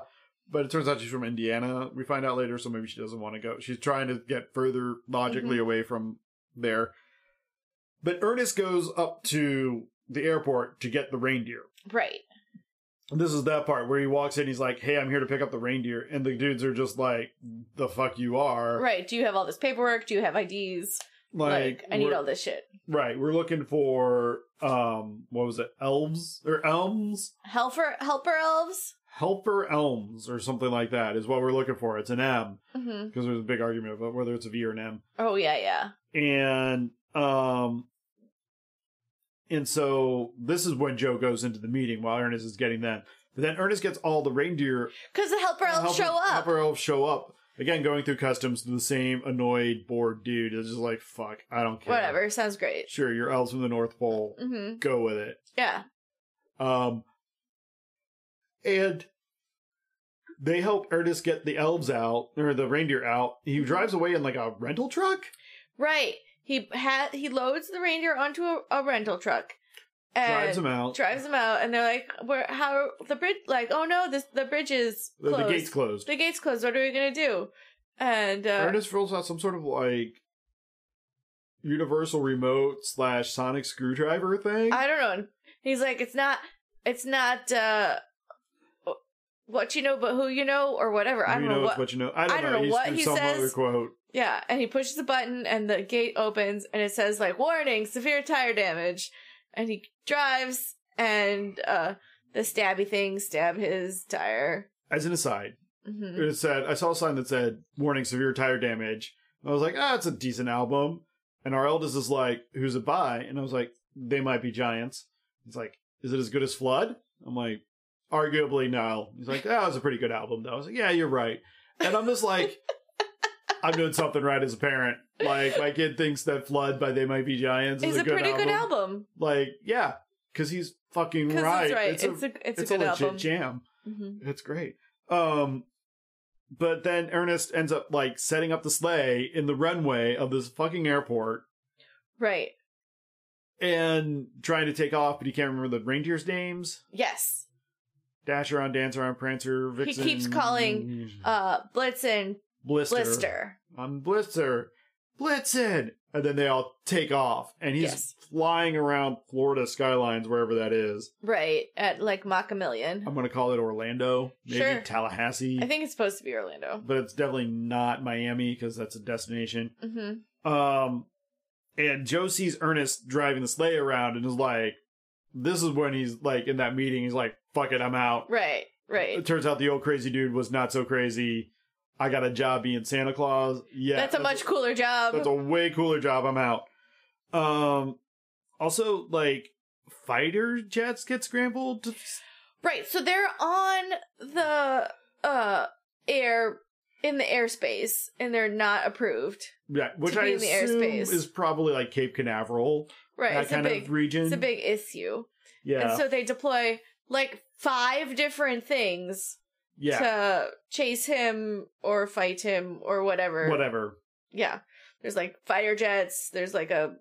Speaker 2: but it turns out she's from Indiana. We find out later, so maybe she doesn't want to go. She's trying to get further
Speaker 1: Mm-hmm.
Speaker 2: logically away from there. But Ernest goes up to the airport to get the reindeer.
Speaker 1: Right.
Speaker 2: And This is that part where he walks in. He's like, "Hey, I'm here to pick up the reindeer," and the dudes are just like, "The fuck you are!"
Speaker 1: Right. Do you have all this paperwork? Do you have IDs? Like, I need
Speaker 2: we're-
Speaker 1: all this shit.
Speaker 2: Right, we're looking for um what was it? Elves or elms?
Speaker 1: Helper, helper elves.
Speaker 2: Helper elms or something like that is what we're looking for. It's an M
Speaker 1: hmm
Speaker 2: because there's a big argument about whether it's a V or an M.
Speaker 1: Oh yeah, yeah.
Speaker 2: And um And so this is when Joe goes into the meeting while Ernest is getting that. But then Ernest gets all the reindeer
Speaker 3: Because the helper elves
Speaker 2: helper-
Speaker 3: show up.
Speaker 2: Helper elves show up. Again, going through customs to the same annoyed, bored dude. It's just like, fuck, I don't care.
Speaker 1: Whatever, sounds great.
Speaker 2: Sure, you're elves from the North Pole.
Speaker 1: hmm
Speaker 2: Go with it.
Speaker 1: Yeah.
Speaker 2: Um, and they help Ernest get the elves out or the reindeer out. He
Speaker 1: Mm-hmm.
Speaker 2: drives away in like a rental truck,
Speaker 1: Right. He ha- he loads the reindeer onto a, a rental truck. And
Speaker 2: drives them out.
Speaker 1: drives them out and they're like where how the bridge like oh no this the bridge is
Speaker 2: the,
Speaker 1: closed.
Speaker 2: the gate's closed.
Speaker 1: The gate's closed what are we gonna do and uh
Speaker 2: Ernest rolls out some sort of like universal remote slash sonic screwdriver thing.
Speaker 1: i don't know And he's like it's not it's not uh what you know but who you know or whatever i
Speaker 2: Who
Speaker 1: don't know
Speaker 2: knows
Speaker 1: what,
Speaker 2: you know. I don't,
Speaker 1: I don't know
Speaker 2: He's-
Speaker 1: what he
Speaker 2: some
Speaker 1: says.
Speaker 2: other quote.
Speaker 1: yeah and he pushes the button and the gate opens and it says like warning severe tire damage and he drives and uh the stabby thing stab his tire
Speaker 2: As an aside,
Speaker 1: hmm
Speaker 2: it said I saw a sign that said "Warning: Severe tire damage." I was like, "Ah, it's a decent album." And our eldest is like, "Who's it by?" And I was like, "They might be Giants." He's like, "Is it as good as Flood?" I'm like, "Arguably, no." He's like, "Ah, "That was a pretty good album." Though. I was like, "Yeah, you're right." And I'm just like, "I'm doing something right as a parent." Like my kid thinks that Flood by They Might Be Giants is
Speaker 1: it's a,
Speaker 2: a, good
Speaker 1: pretty
Speaker 2: album.
Speaker 1: good album
Speaker 2: Like, yeah, because he's fucking
Speaker 1: because
Speaker 2: right.
Speaker 1: it's right
Speaker 2: It's
Speaker 1: it's,
Speaker 2: a,
Speaker 1: a, it's,
Speaker 2: it's
Speaker 1: a
Speaker 2: a
Speaker 1: good
Speaker 2: legit
Speaker 1: album
Speaker 2: jam.
Speaker 1: hmm
Speaker 2: It's great. Um, but then Ernest ends up like setting up the sleigh in the runway of this fucking airport
Speaker 1: Right.
Speaker 2: and trying to take off, but he can't remember the reindeer's names.
Speaker 1: Yes.
Speaker 2: Dasher on, Dancer on, Prancer, Vixen.
Speaker 1: keeps calling, Uh Blitzen
Speaker 2: Blister.
Speaker 1: Blister.
Speaker 2: I'm Blitzer. Blitzen! And then they all take off, and he's
Speaker 1: Yes.
Speaker 2: flying around Florida skylines, wherever that is.
Speaker 1: Right. At like Mach a million.
Speaker 2: I'm going to call it Orlando, maybe
Speaker 1: Sure.
Speaker 2: Tallahassee,
Speaker 1: I think it's supposed to be Orlando.
Speaker 2: but it's definitely not Miami because that's a destination.
Speaker 1: hmm
Speaker 2: Um, and Joe sees Ernest driving the sleigh around and is like, this is when he's like in that meeting, he's like, fuck it, I'm out.
Speaker 1: Right.
Speaker 2: It
Speaker 1: Right.
Speaker 2: turns out the old crazy dude was not so crazy. I got a job being Santa Claus. Yeah.
Speaker 1: that's a much cooler job.
Speaker 2: that's a way cooler job. I'm out. Um, also like fighter jets get scrambled.
Speaker 1: right. So they're on the uh air in the airspace and they're not approved.
Speaker 2: Yeah, which
Speaker 1: To
Speaker 2: I
Speaker 1: be in the
Speaker 2: assume
Speaker 1: airspace.
Speaker 2: is probably like Cape Canaveral,
Speaker 1: Right.
Speaker 2: that
Speaker 1: It's a
Speaker 2: kind
Speaker 1: big
Speaker 2: of region.
Speaker 1: it's a big issue.
Speaker 2: yeah,
Speaker 1: And so they deploy like five different things
Speaker 2: yeah,
Speaker 1: to chase him or fight him or whatever.
Speaker 2: whatever.
Speaker 1: Yeah. There's like fighter jets, there's like a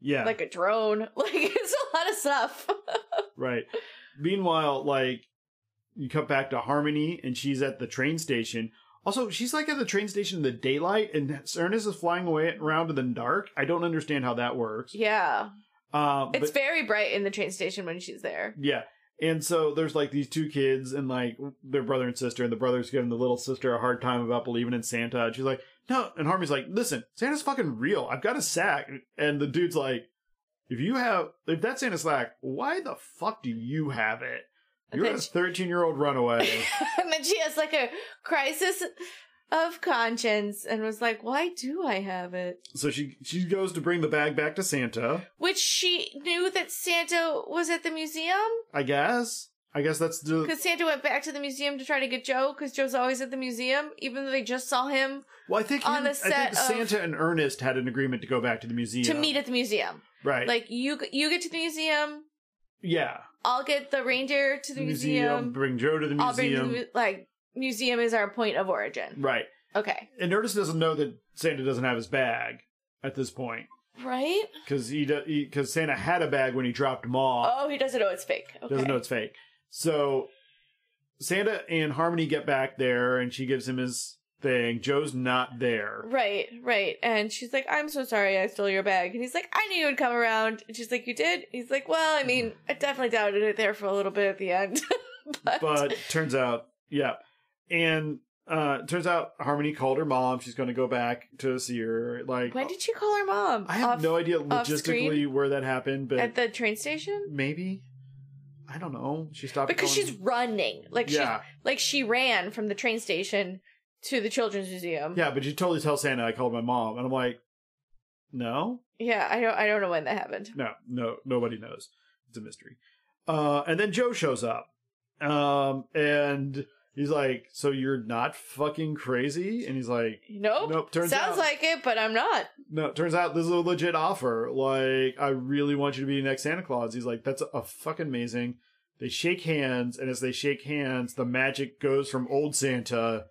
Speaker 2: Yeah,
Speaker 1: like a drone. Like it's a lot of stuff.
Speaker 2: Right. Meanwhile, like you cut back to Harmony and she's at the train station. Also, she's like at the train station in the daylight and Ernest is flying away around in the dark. I don't understand how that works.
Speaker 1: yeah.
Speaker 2: Uh, but,
Speaker 1: It's very bright in the train station when she's there.
Speaker 2: yeah. And so there's like these two kids and like their brother and sister, and the brother's giving the little sister a hard time about believing in Santa. And she's like, no. And Harmony's like, listen, Santa's fucking real. I've got a sack. And the dude's like, if you have, if that's Santa's sack, why the fuck do you have it? You're
Speaker 1: Okay.
Speaker 2: a 13 year old runaway.
Speaker 1: and then she has like a crisis of conscience and was like, "Why do I have it?"
Speaker 2: so she she goes to bring the bag back to Santa.
Speaker 1: Which she knew that Santa was at the museum
Speaker 2: I guess. I guess that's the.
Speaker 1: because Santa went back to the museum to try to get Joe because Joe's always at the museum, even though they just saw him
Speaker 2: Well, I think
Speaker 1: on
Speaker 2: him-
Speaker 1: the
Speaker 2: I
Speaker 1: set
Speaker 2: think
Speaker 1: of-
Speaker 2: Santa and Ernest had an agreement to go back to the museum
Speaker 1: to meet at the museum.
Speaker 2: Right.
Speaker 1: Like you, you get to the museum.
Speaker 2: yeah.
Speaker 1: I'll get the reindeer to the museum.
Speaker 2: Bring Joe to the
Speaker 1: I'll bring the,
Speaker 2: museum.
Speaker 1: mu- like museum is our point of origin.
Speaker 2: right.
Speaker 1: Okay.
Speaker 2: And Ernest doesn't know that Santa doesn't have his bag at this point
Speaker 1: Right?
Speaker 2: because he because he, 'cause Santa had a bag when he dropped him off.
Speaker 1: Oh, he doesn't know it's fake. Okay.
Speaker 2: Doesn't know it's fake. So Santa and Harmony get back there, and she gives him his thing. Joe's not there.
Speaker 1: Right, right. And she's like, I'm so sorry I stole your bag. And he's like, I knew you would come around. And she's like, You did? He's like, Well, I
Speaker 2: Mm-hmm.
Speaker 1: mean, I definitely doubted it there for a little bit at the end. but,
Speaker 2: but turns out, yeah. And uh turns out Harmony called her mom. She's going to go back to see her. Like,
Speaker 1: when did she call her mom?
Speaker 2: I have
Speaker 1: Off-
Speaker 2: no idea
Speaker 1: off
Speaker 2: logistically
Speaker 1: screen?
Speaker 2: where that happened, but
Speaker 1: At the train station?
Speaker 2: maybe I don't know. She stopped
Speaker 1: Because
Speaker 2: calling-
Speaker 1: she's running. Like
Speaker 2: yeah,
Speaker 1: she like she ran from the train station to the children's museum.
Speaker 2: yeah. But you totally tell Santa I called my mom, and I'm like, No,
Speaker 1: Yeah, I don't I don't know when that happened.
Speaker 2: no, no, nobody knows. It's a mystery. Uh, and then Joe shows up, um, and he's like, "So you're not fucking crazy?" And he's like,
Speaker 1: Nope.
Speaker 2: "Nope." Turns
Speaker 1: Oh, Sounds
Speaker 2: out,
Speaker 1: like it, but I'm not.
Speaker 2: no. Turns out this is a legit offer. Like, I really want you to be the next Santa Claus. He's like, "That's a fucking amazing." They shake hands, and as they shake hands, the magic goes from old Santa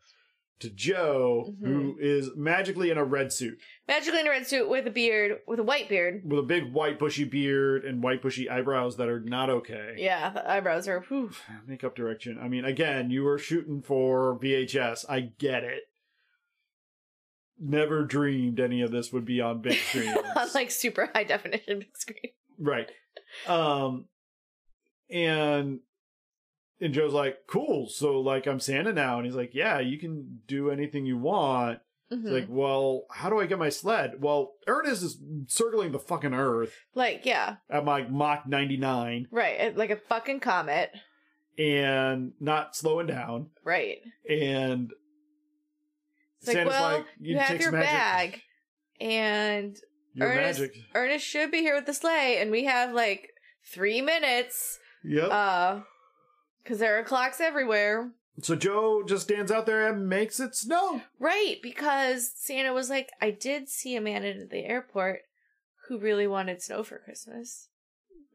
Speaker 2: to Joe, who is magically in a red suit.
Speaker 1: Magically in a red suit with a beard, with a white beard.
Speaker 2: with a big white bushy beard and white bushy eyebrows that are not okay.
Speaker 1: Yeah, the eyebrows are whew.
Speaker 2: Makeup direction. I mean, again, you were shooting for VHS. I get it. Never dreamed any of this would be on big screen.
Speaker 1: on like super high definition big screen.
Speaker 2: right. Um and and Joe's like, "Cool. So like I'm Santa now." And he's like, "Yeah, you can do anything you want."
Speaker 1: Mhm.
Speaker 2: It's like, "Well, how do I get my sled?" Well, Ernest is circling the fucking earth
Speaker 1: like yeah,
Speaker 2: at my Mach 99.
Speaker 1: right, like a fucking comet.
Speaker 2: and not slowing down.
Speaker 1: Right.
Speaker 2: And
Speaker 1: It's like,
Speaker 2: Santa's
Speaker 1: well,
Speaker 2: like,
Speaker 1: you,
Speaker 2: can
Speaker 1: have
Speaker 2: take
Speaker 1: your
Speaker 2: some magic.
Speaker 1: bag, and
Speaker 2: Your
Speaker 1: Ernest-
Speaker 2: magic.
Speaker 1: Ernest should be here with the sleigh, and we have like three minutes,
Speaker 2: Yep.
Speaker 1: uh, because there are clocks everywhere.
Speaker 2: so Joe just stands out there and makes it snow.
Speaker 1: Right, because Santa was like, I did see a man at the airport who really wanted snow for Christmas.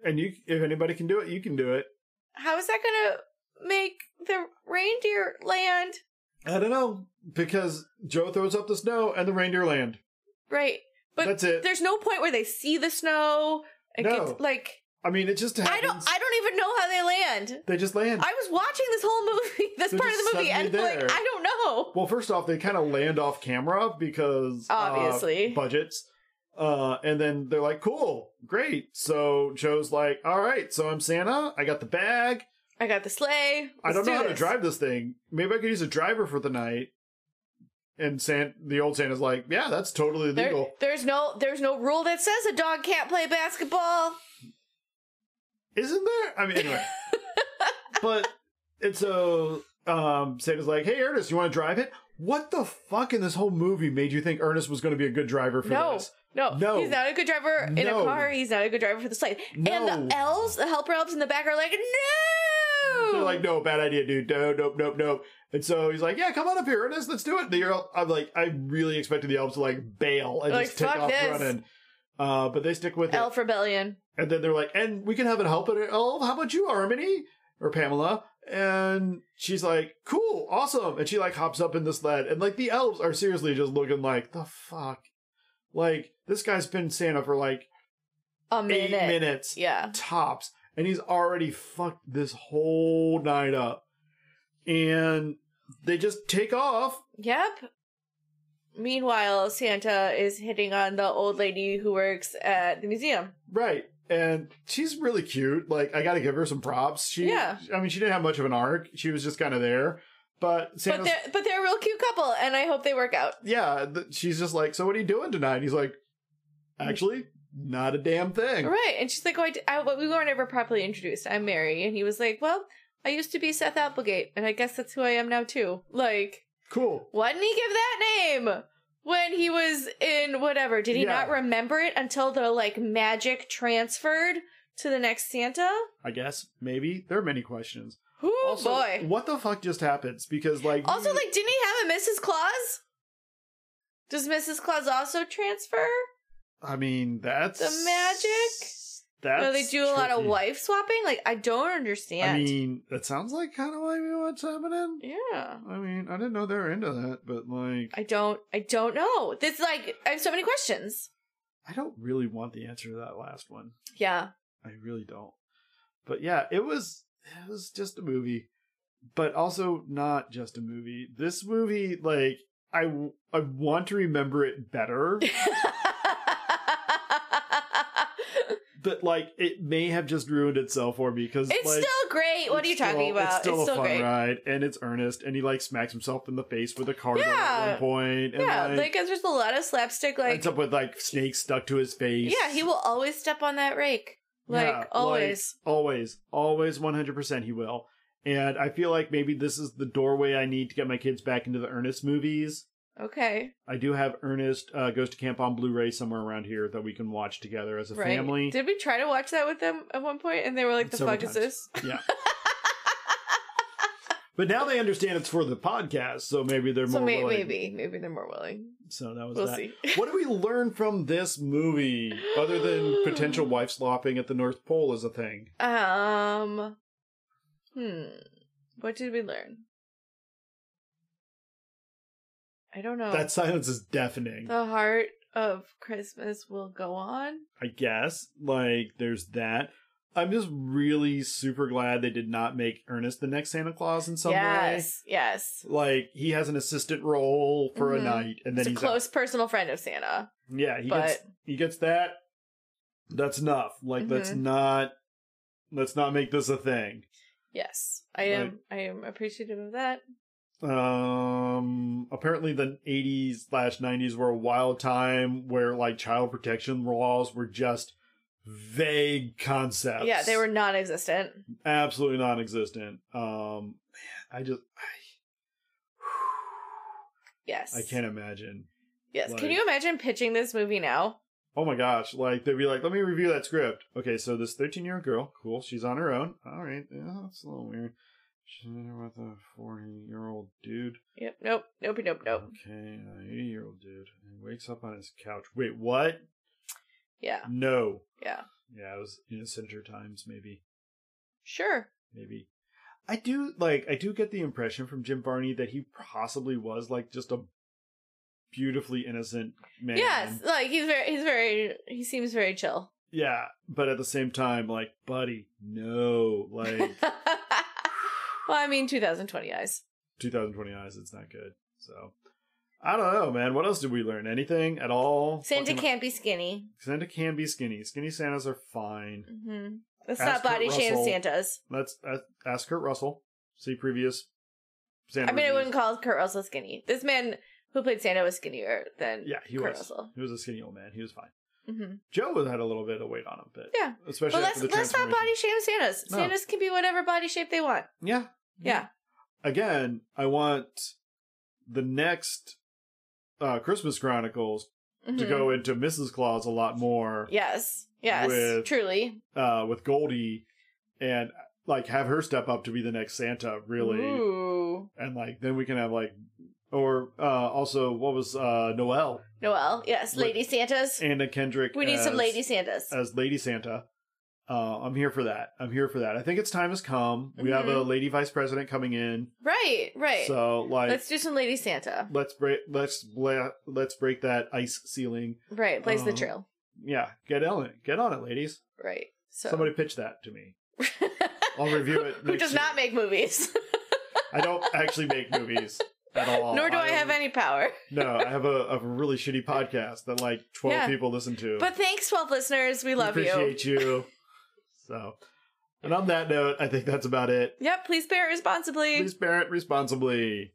Speaker 2: And you, if anybody can do it, you can do it.
Speaker 1: How is that gonna make the reindeer land?
Speaker 2: I don't know because Joe throws up the snow and the reindeer land.
Speaker 1: Right. But
Speaker 2: That's it.
Speaker 1: There's no point where they see the snow. It
Speaker 2: No.
Speaker 1: gets, like
Speaker 2: I mean, it just happens.
Speaker 1: I don't I don't even know how they land.
Speaker 2: they just land.
Speaker 1: I was watching this whole movie, this
Speaker 2: They're
Speaker 1: part of
Speaker 2: just
Speaker 1: the movie, and
Speaker 2: suddenly there.
Speaker 1: like I don't know.
Speaker 2: well, first off, they kind of land off camera because uh,
Speaker 1: Obviously.
Speaker 2: budgets. Uh, and then they're like, "Cool, great." So Joe's like, "All right, so I'm Santa. I got the bag.
Speaker 1: I got the sleigh.
Speaker 2: I don't
Speaker 1: Let's
Speaker 2: know
Speaker 1: do
Speaker 2: how to
Speaker 1: this.
Speaker 2: drive this thing. Maybe I could use a driver for the night. And San, the old Santa's like, yeah, that's totally
Speaker 1: There-
Speaker 2: legal.
Speaker 1: there's no there's no rule that says a dog can't play basketball.
Speaker 2: Isn't there? I mean, anyway. but and so um, Santa's like, hey, Ernest, you want to drive it? What the fuck in this whole movie made you think Ernest was going to be a good driver for
Speaker 1: No.
Speaker 2: this?
Speaker 1: No,
Speaker 2: No.
Speaker 1: he's not a good driver in a
Speaker 2: No.
Speaker 1: car. He's not a good driver for the sleigh.
Speaker 2: No.
Speaker 1: And the elves, the helper elves in the back, are like, no.
Speaker 2: They're like, no, bad idea, dude. No, nope, nope, nope. And so he's like, yeah, come on up here, Ernest. Let's do it. The elf, I'm like, I really expected the elves to like bail and
Speaker 1: Like,
Speaker 2: just take
Speaker 1: fuck
Speaker 2: off
Speaker 1: this.
Speaker 2: running. Uh, but they stick with it.
Speaker 1: Elf rebellion.
Speaker 2: And then they're like, and we can have it help at Elf. How about you, Harmony? Or Pamela? And she's like, cool, awesome. And she like hops up in the sled. And like the elves are seriously just looking like, the fuck? Like, this guy's been Santa for like
Speaker 1: A minute.
Speaker 2: eight minutes
Speaker 1: Yeah.
Speaker 2: tops. And he's already fucked this whole night up. And they just take off.
Speaker 1: Yep. Meanwhile, Santa is hitting on the old lady who works at the museum.
Speaker 2: Right. And she's really cute. Like, I gotta give her some props. She,
Speaker 1: Yeah.
Speaker 2: I mean, she didn't have much of an arc. She was just kind of there. But
Speaker 1: But
Speaker 2: Santa's
Speaker 1: they're but they're a real cute couple, and I hope they work out.
Speaker 2: yeah, th- she's just like, so what are you doing tonight? And he's like, actually, not a damn thing.
Speaker 1: Right? And she's like, "Oh, I, d- I- well, we weren't ever properly introduced. I'm Mary," and he was like, "Well, I used to be Seth Applegate, and I guess that's who I am now too." Like,
Speaker 2: Cool.
Speaker 1: why didn't he give that name when he was in whatever? Did he
Speaker 2: Yeah.
Speaker 1: not remember it until the like magic transferred to the next Santa?
Speaker 2: I guess maybe there are many questions.
Speaker 1: Oh
Speaker 2: Also,
Speaker 1: boy!
Speaker 2: what the fuck just happens? Because like,
Speaker 1: Also, like, didn't he have a Mrs. Claus? Does Mrs. Claus also transfer?
Speaker 2: I mean, that's
Speaker 1: The magic?
Speaker 2: That's
Speaker 1: no, they do a lot of
Speaker 2: tricky.
Speaker 1: wife swapping. Like, I don't understand.
Speaker 2: I mean, that sounds like kind of maybe what's happening.
Speaker 1: yeah,
Speaker 2: I mean, I didn't know they were into that, but like,
Speaker 1: I don't. I don't know. This like, I have so many questions.
Speaker 2: I don't really want the answer to that last one.
Speaker 1: Yeah,
Speaker 2: I really don't. But yeah, it was it was just a movie, but also not just a movie. This movie, like I I want to remember it better,
Speaker 1: it's
Speaker 2: but like it may have just ruined itself for me because like,
Speaker 1: still great.
Speaker 2: it's
Speaker 1: What are you talking
Speaker 2: still-
Speaker 1: about?
Speaker 2: It's still a fun
Speaker 1: great.
Speaker 2: ride, and it's earnest, and he like smacks himself in the face with a car door at
Speaker 1: Yeah.
Speaker 2: one point, and
Speaker 1: Yeah,
Speaker 2: like,
Speaker 1: like, 'cause there's a lot of slapstick. Like,
Speaker 2: ends up with like snakes stuck to his face.
Speaker 1: yeah, he will always step on that rake. Like
Speaker 2: Yeah, like,
Speaker 1: always.
Speaker 2: always always 100% he will and i feel like maybe this is the doorway i need to get my kids back into the ernest movies
Speaker 1: Okay.
Speaker 2: I do have Ernest uh, Goes to Camp on Blu-ray somewhere around here that we can watch together as a
Speaker 1: right.
Speaker 2: family.
Speaker 1: Did we try to watch that with them at one point and they were like, the
Speaker 2: Several
Speaker 1: fuck is
Speaker 2: times.
Speaker 1: this?
Speaker 2: yeah. But now they understand it's for the podcast, so maybe they're
Speaker 1: so
Speaker 2: more
Speaker 1: may-
Speaker 2: willing.
Speaker 1: maybe, maybe they're more willing.
Speaker 2: So that was
Speaker 1: We'll
Speaker 2: that.
Speaker 1: see.
Speaker 2: What do we learn from this movie other than potential wife slopping at the North Pole is a thing?
Speaker 1: Um, hmm. What did we learn? I don't know.
Speaker 2: That silence is deafening.
Speaker 1: the heart of Christmas will go on.
Speaker 2: I guess. Like, there's that. I'm just really super glad they did not make Ernest the next Santa Claus in some
Speaker 1: yes, yes.
Speaker 2: way. Like, he has an assistant role for
Speaker 1: Mhm.
Speaker 2: a night, and then
Speaker 1: It's a
Speaker 2: he's
Speaker 1: close personal friend of Santa,
Speaker 2: out. Yeah, he
Speaker 1: but
Speaker 2: gets he gets that. That's enough. Like, let's
Speaker 1: Mhm.
Speaker 2: not let's not make this a thing.
Speaker 1: yes, I am. I am appreciative of that.
Speaker 2: Um, apparently the 80s slash 90s were a wild time where like child protection laws were just vague concepts.
Speaker 1: Yeah, they were non-existent.
Speaker 2: absolutely non-existent. Um, man, I just,
Speaker 1: Yes,
Speaker 2: I, I can't imagine.
Speaker 1: Yes, can
Speaker 2: like-
Speaker 1: you imagine pitching this movie now?
Speaker 2: Oh my gosh! Like they'd be like, "Let me review that script." Okay, so this thirteen-year-old girl, cool, she's on her own. All right, yeah, that's a little weird. She's with a forty-year-old dude.
Speaker 1: Yep. Nope. Nope. Nope. Nope.
Speaker 2: Okay, an eighty-year-old dude, and wakes up on his couch. Wait, what?
Speaker 1: Yeah.
Speaker 2: No.
Speaker 1: Yeah.
Speaker 2: Yeah, it was Innocenter times, maybe.
Speaker 1: Sure.
Speaker 2: Maybe. I do like I do get the impression from Jim Varney that he possibly was like just a beautifully innocent man.
Speaker 1: Yes. Like he's very. He's very. He seems very chill.
Speaker 2: Yeah. But at the same time, like, buddy, no. Like
Speaker 1: well, I mean, 2020 eyes.
Speaker 2: 2020 eyes, it's not good. So I don't know, man. What else did we learn? Anything at all?
Speaker 1: Santa
Speaker 2: Fucking-
Speaker 1: can't be skinny.
Speaker 2: Santa can be skinny. Skinny Santas are fine.
Speaker 1: Mm-hmm. Let's
Speaker 2: Ask
Speaker 1: not body
Speaker 2: Kurt
Speaker 1: shame
Speaker 2: Russell.
Speaker 1: Santas.
Speaker 2: Let's uh, ask Kurt Russell. See previous Santa.
Speaker 1: I mean, I
Speaker 2: reviews.
Speaker 1: wouldn't call Kurt Russell skinny. This man who played Santa was skinnier than
Speaker 2: Yeah, he
Speaker 1: Kurt
Speaker 2: was.
Speaker 1: Russell.
Speaker 2: He was a skinny old man. He was fine.
Speaker 1: Mm-hmm.
Speaker 2: Joe had a little bit of weight on him, but
Speaker 1: Yeah.
Speaker 2: especially
Speaker 1: But
Speaker 2: after
Speaker 1: let's
Speaker 2: the
Speaker 1: let's not body
Speaker 2: transformation.
Speaker 1: shame Santas.
Speaker 2: No.
Speaker 1: Santas can be whatever body shape they want.
Speaker 2: Yeah,
Speaker 1: Yeah.
Speaker 2: Again, I want the next uh, Christmas Chronicles to
Speaker 1: Mhm.
Speaker 2: go into Mrs. Claus a lot more
Speaker 1: Yes. Yes.
Speaker 2: with-
Speaker 1: Truly.
Speaker 2: uh, with Goldie, and like have her step up to be the next Santa, really,
Speaker 1: Ooh.
Speaker 2: and like then we can have like, or uh, also what was uh, Noel
Speaker 1: Noel. Yes.
Speaker 2: With-
Speaker 1: Lady Santas.
Speaker 2: Anna Kendrick?
Speaker 1: We need some
Speaker 2: as-
Speaker 1: Lady Santas.
Speaker 2: as Lady Santa. Uh, I'm here for that. I'm here for that. I think its time has come. We have a
Speaker 1: Mm-hmm.
Speaker 2: lady vice president coming in.
Speaker 1: right. Right.
Speaker 2: So like
Speaker 1: let's do some Lady Santa.
Speaker 2: let's break let's bla- let's break that ice ceiling.
Speaker 1: Right. Blaze the
Speaker 2: Um,
Speaker 1: trail.
Speaker 2: Yeah, get on it. Get on it, ladies.
Speaker 1: Right. So
Speaker 2: Somebody pitch that to me. I'll review it
Speaker 1: Who
Speaker 2: next
Speaker 1: does
Speaker 2: year.
Speaker 1: not make movies?
Speaker 2: I don't actually make movies at all.
Speaker 1: Nor do I have any power.
Speaker 2: No, I have a, a really shitty podcast that like 12
Speaker 1: Yeah.
Speaker 2: people listen to.
Speaker 1: But thanks, 12 listeners. We love you.
Speaker 2: Appreciate you. So, and on that note, I think that's about it.
Speaker 1: Yep, please bear responsibly.
Speaker 2: Please parent responsibly.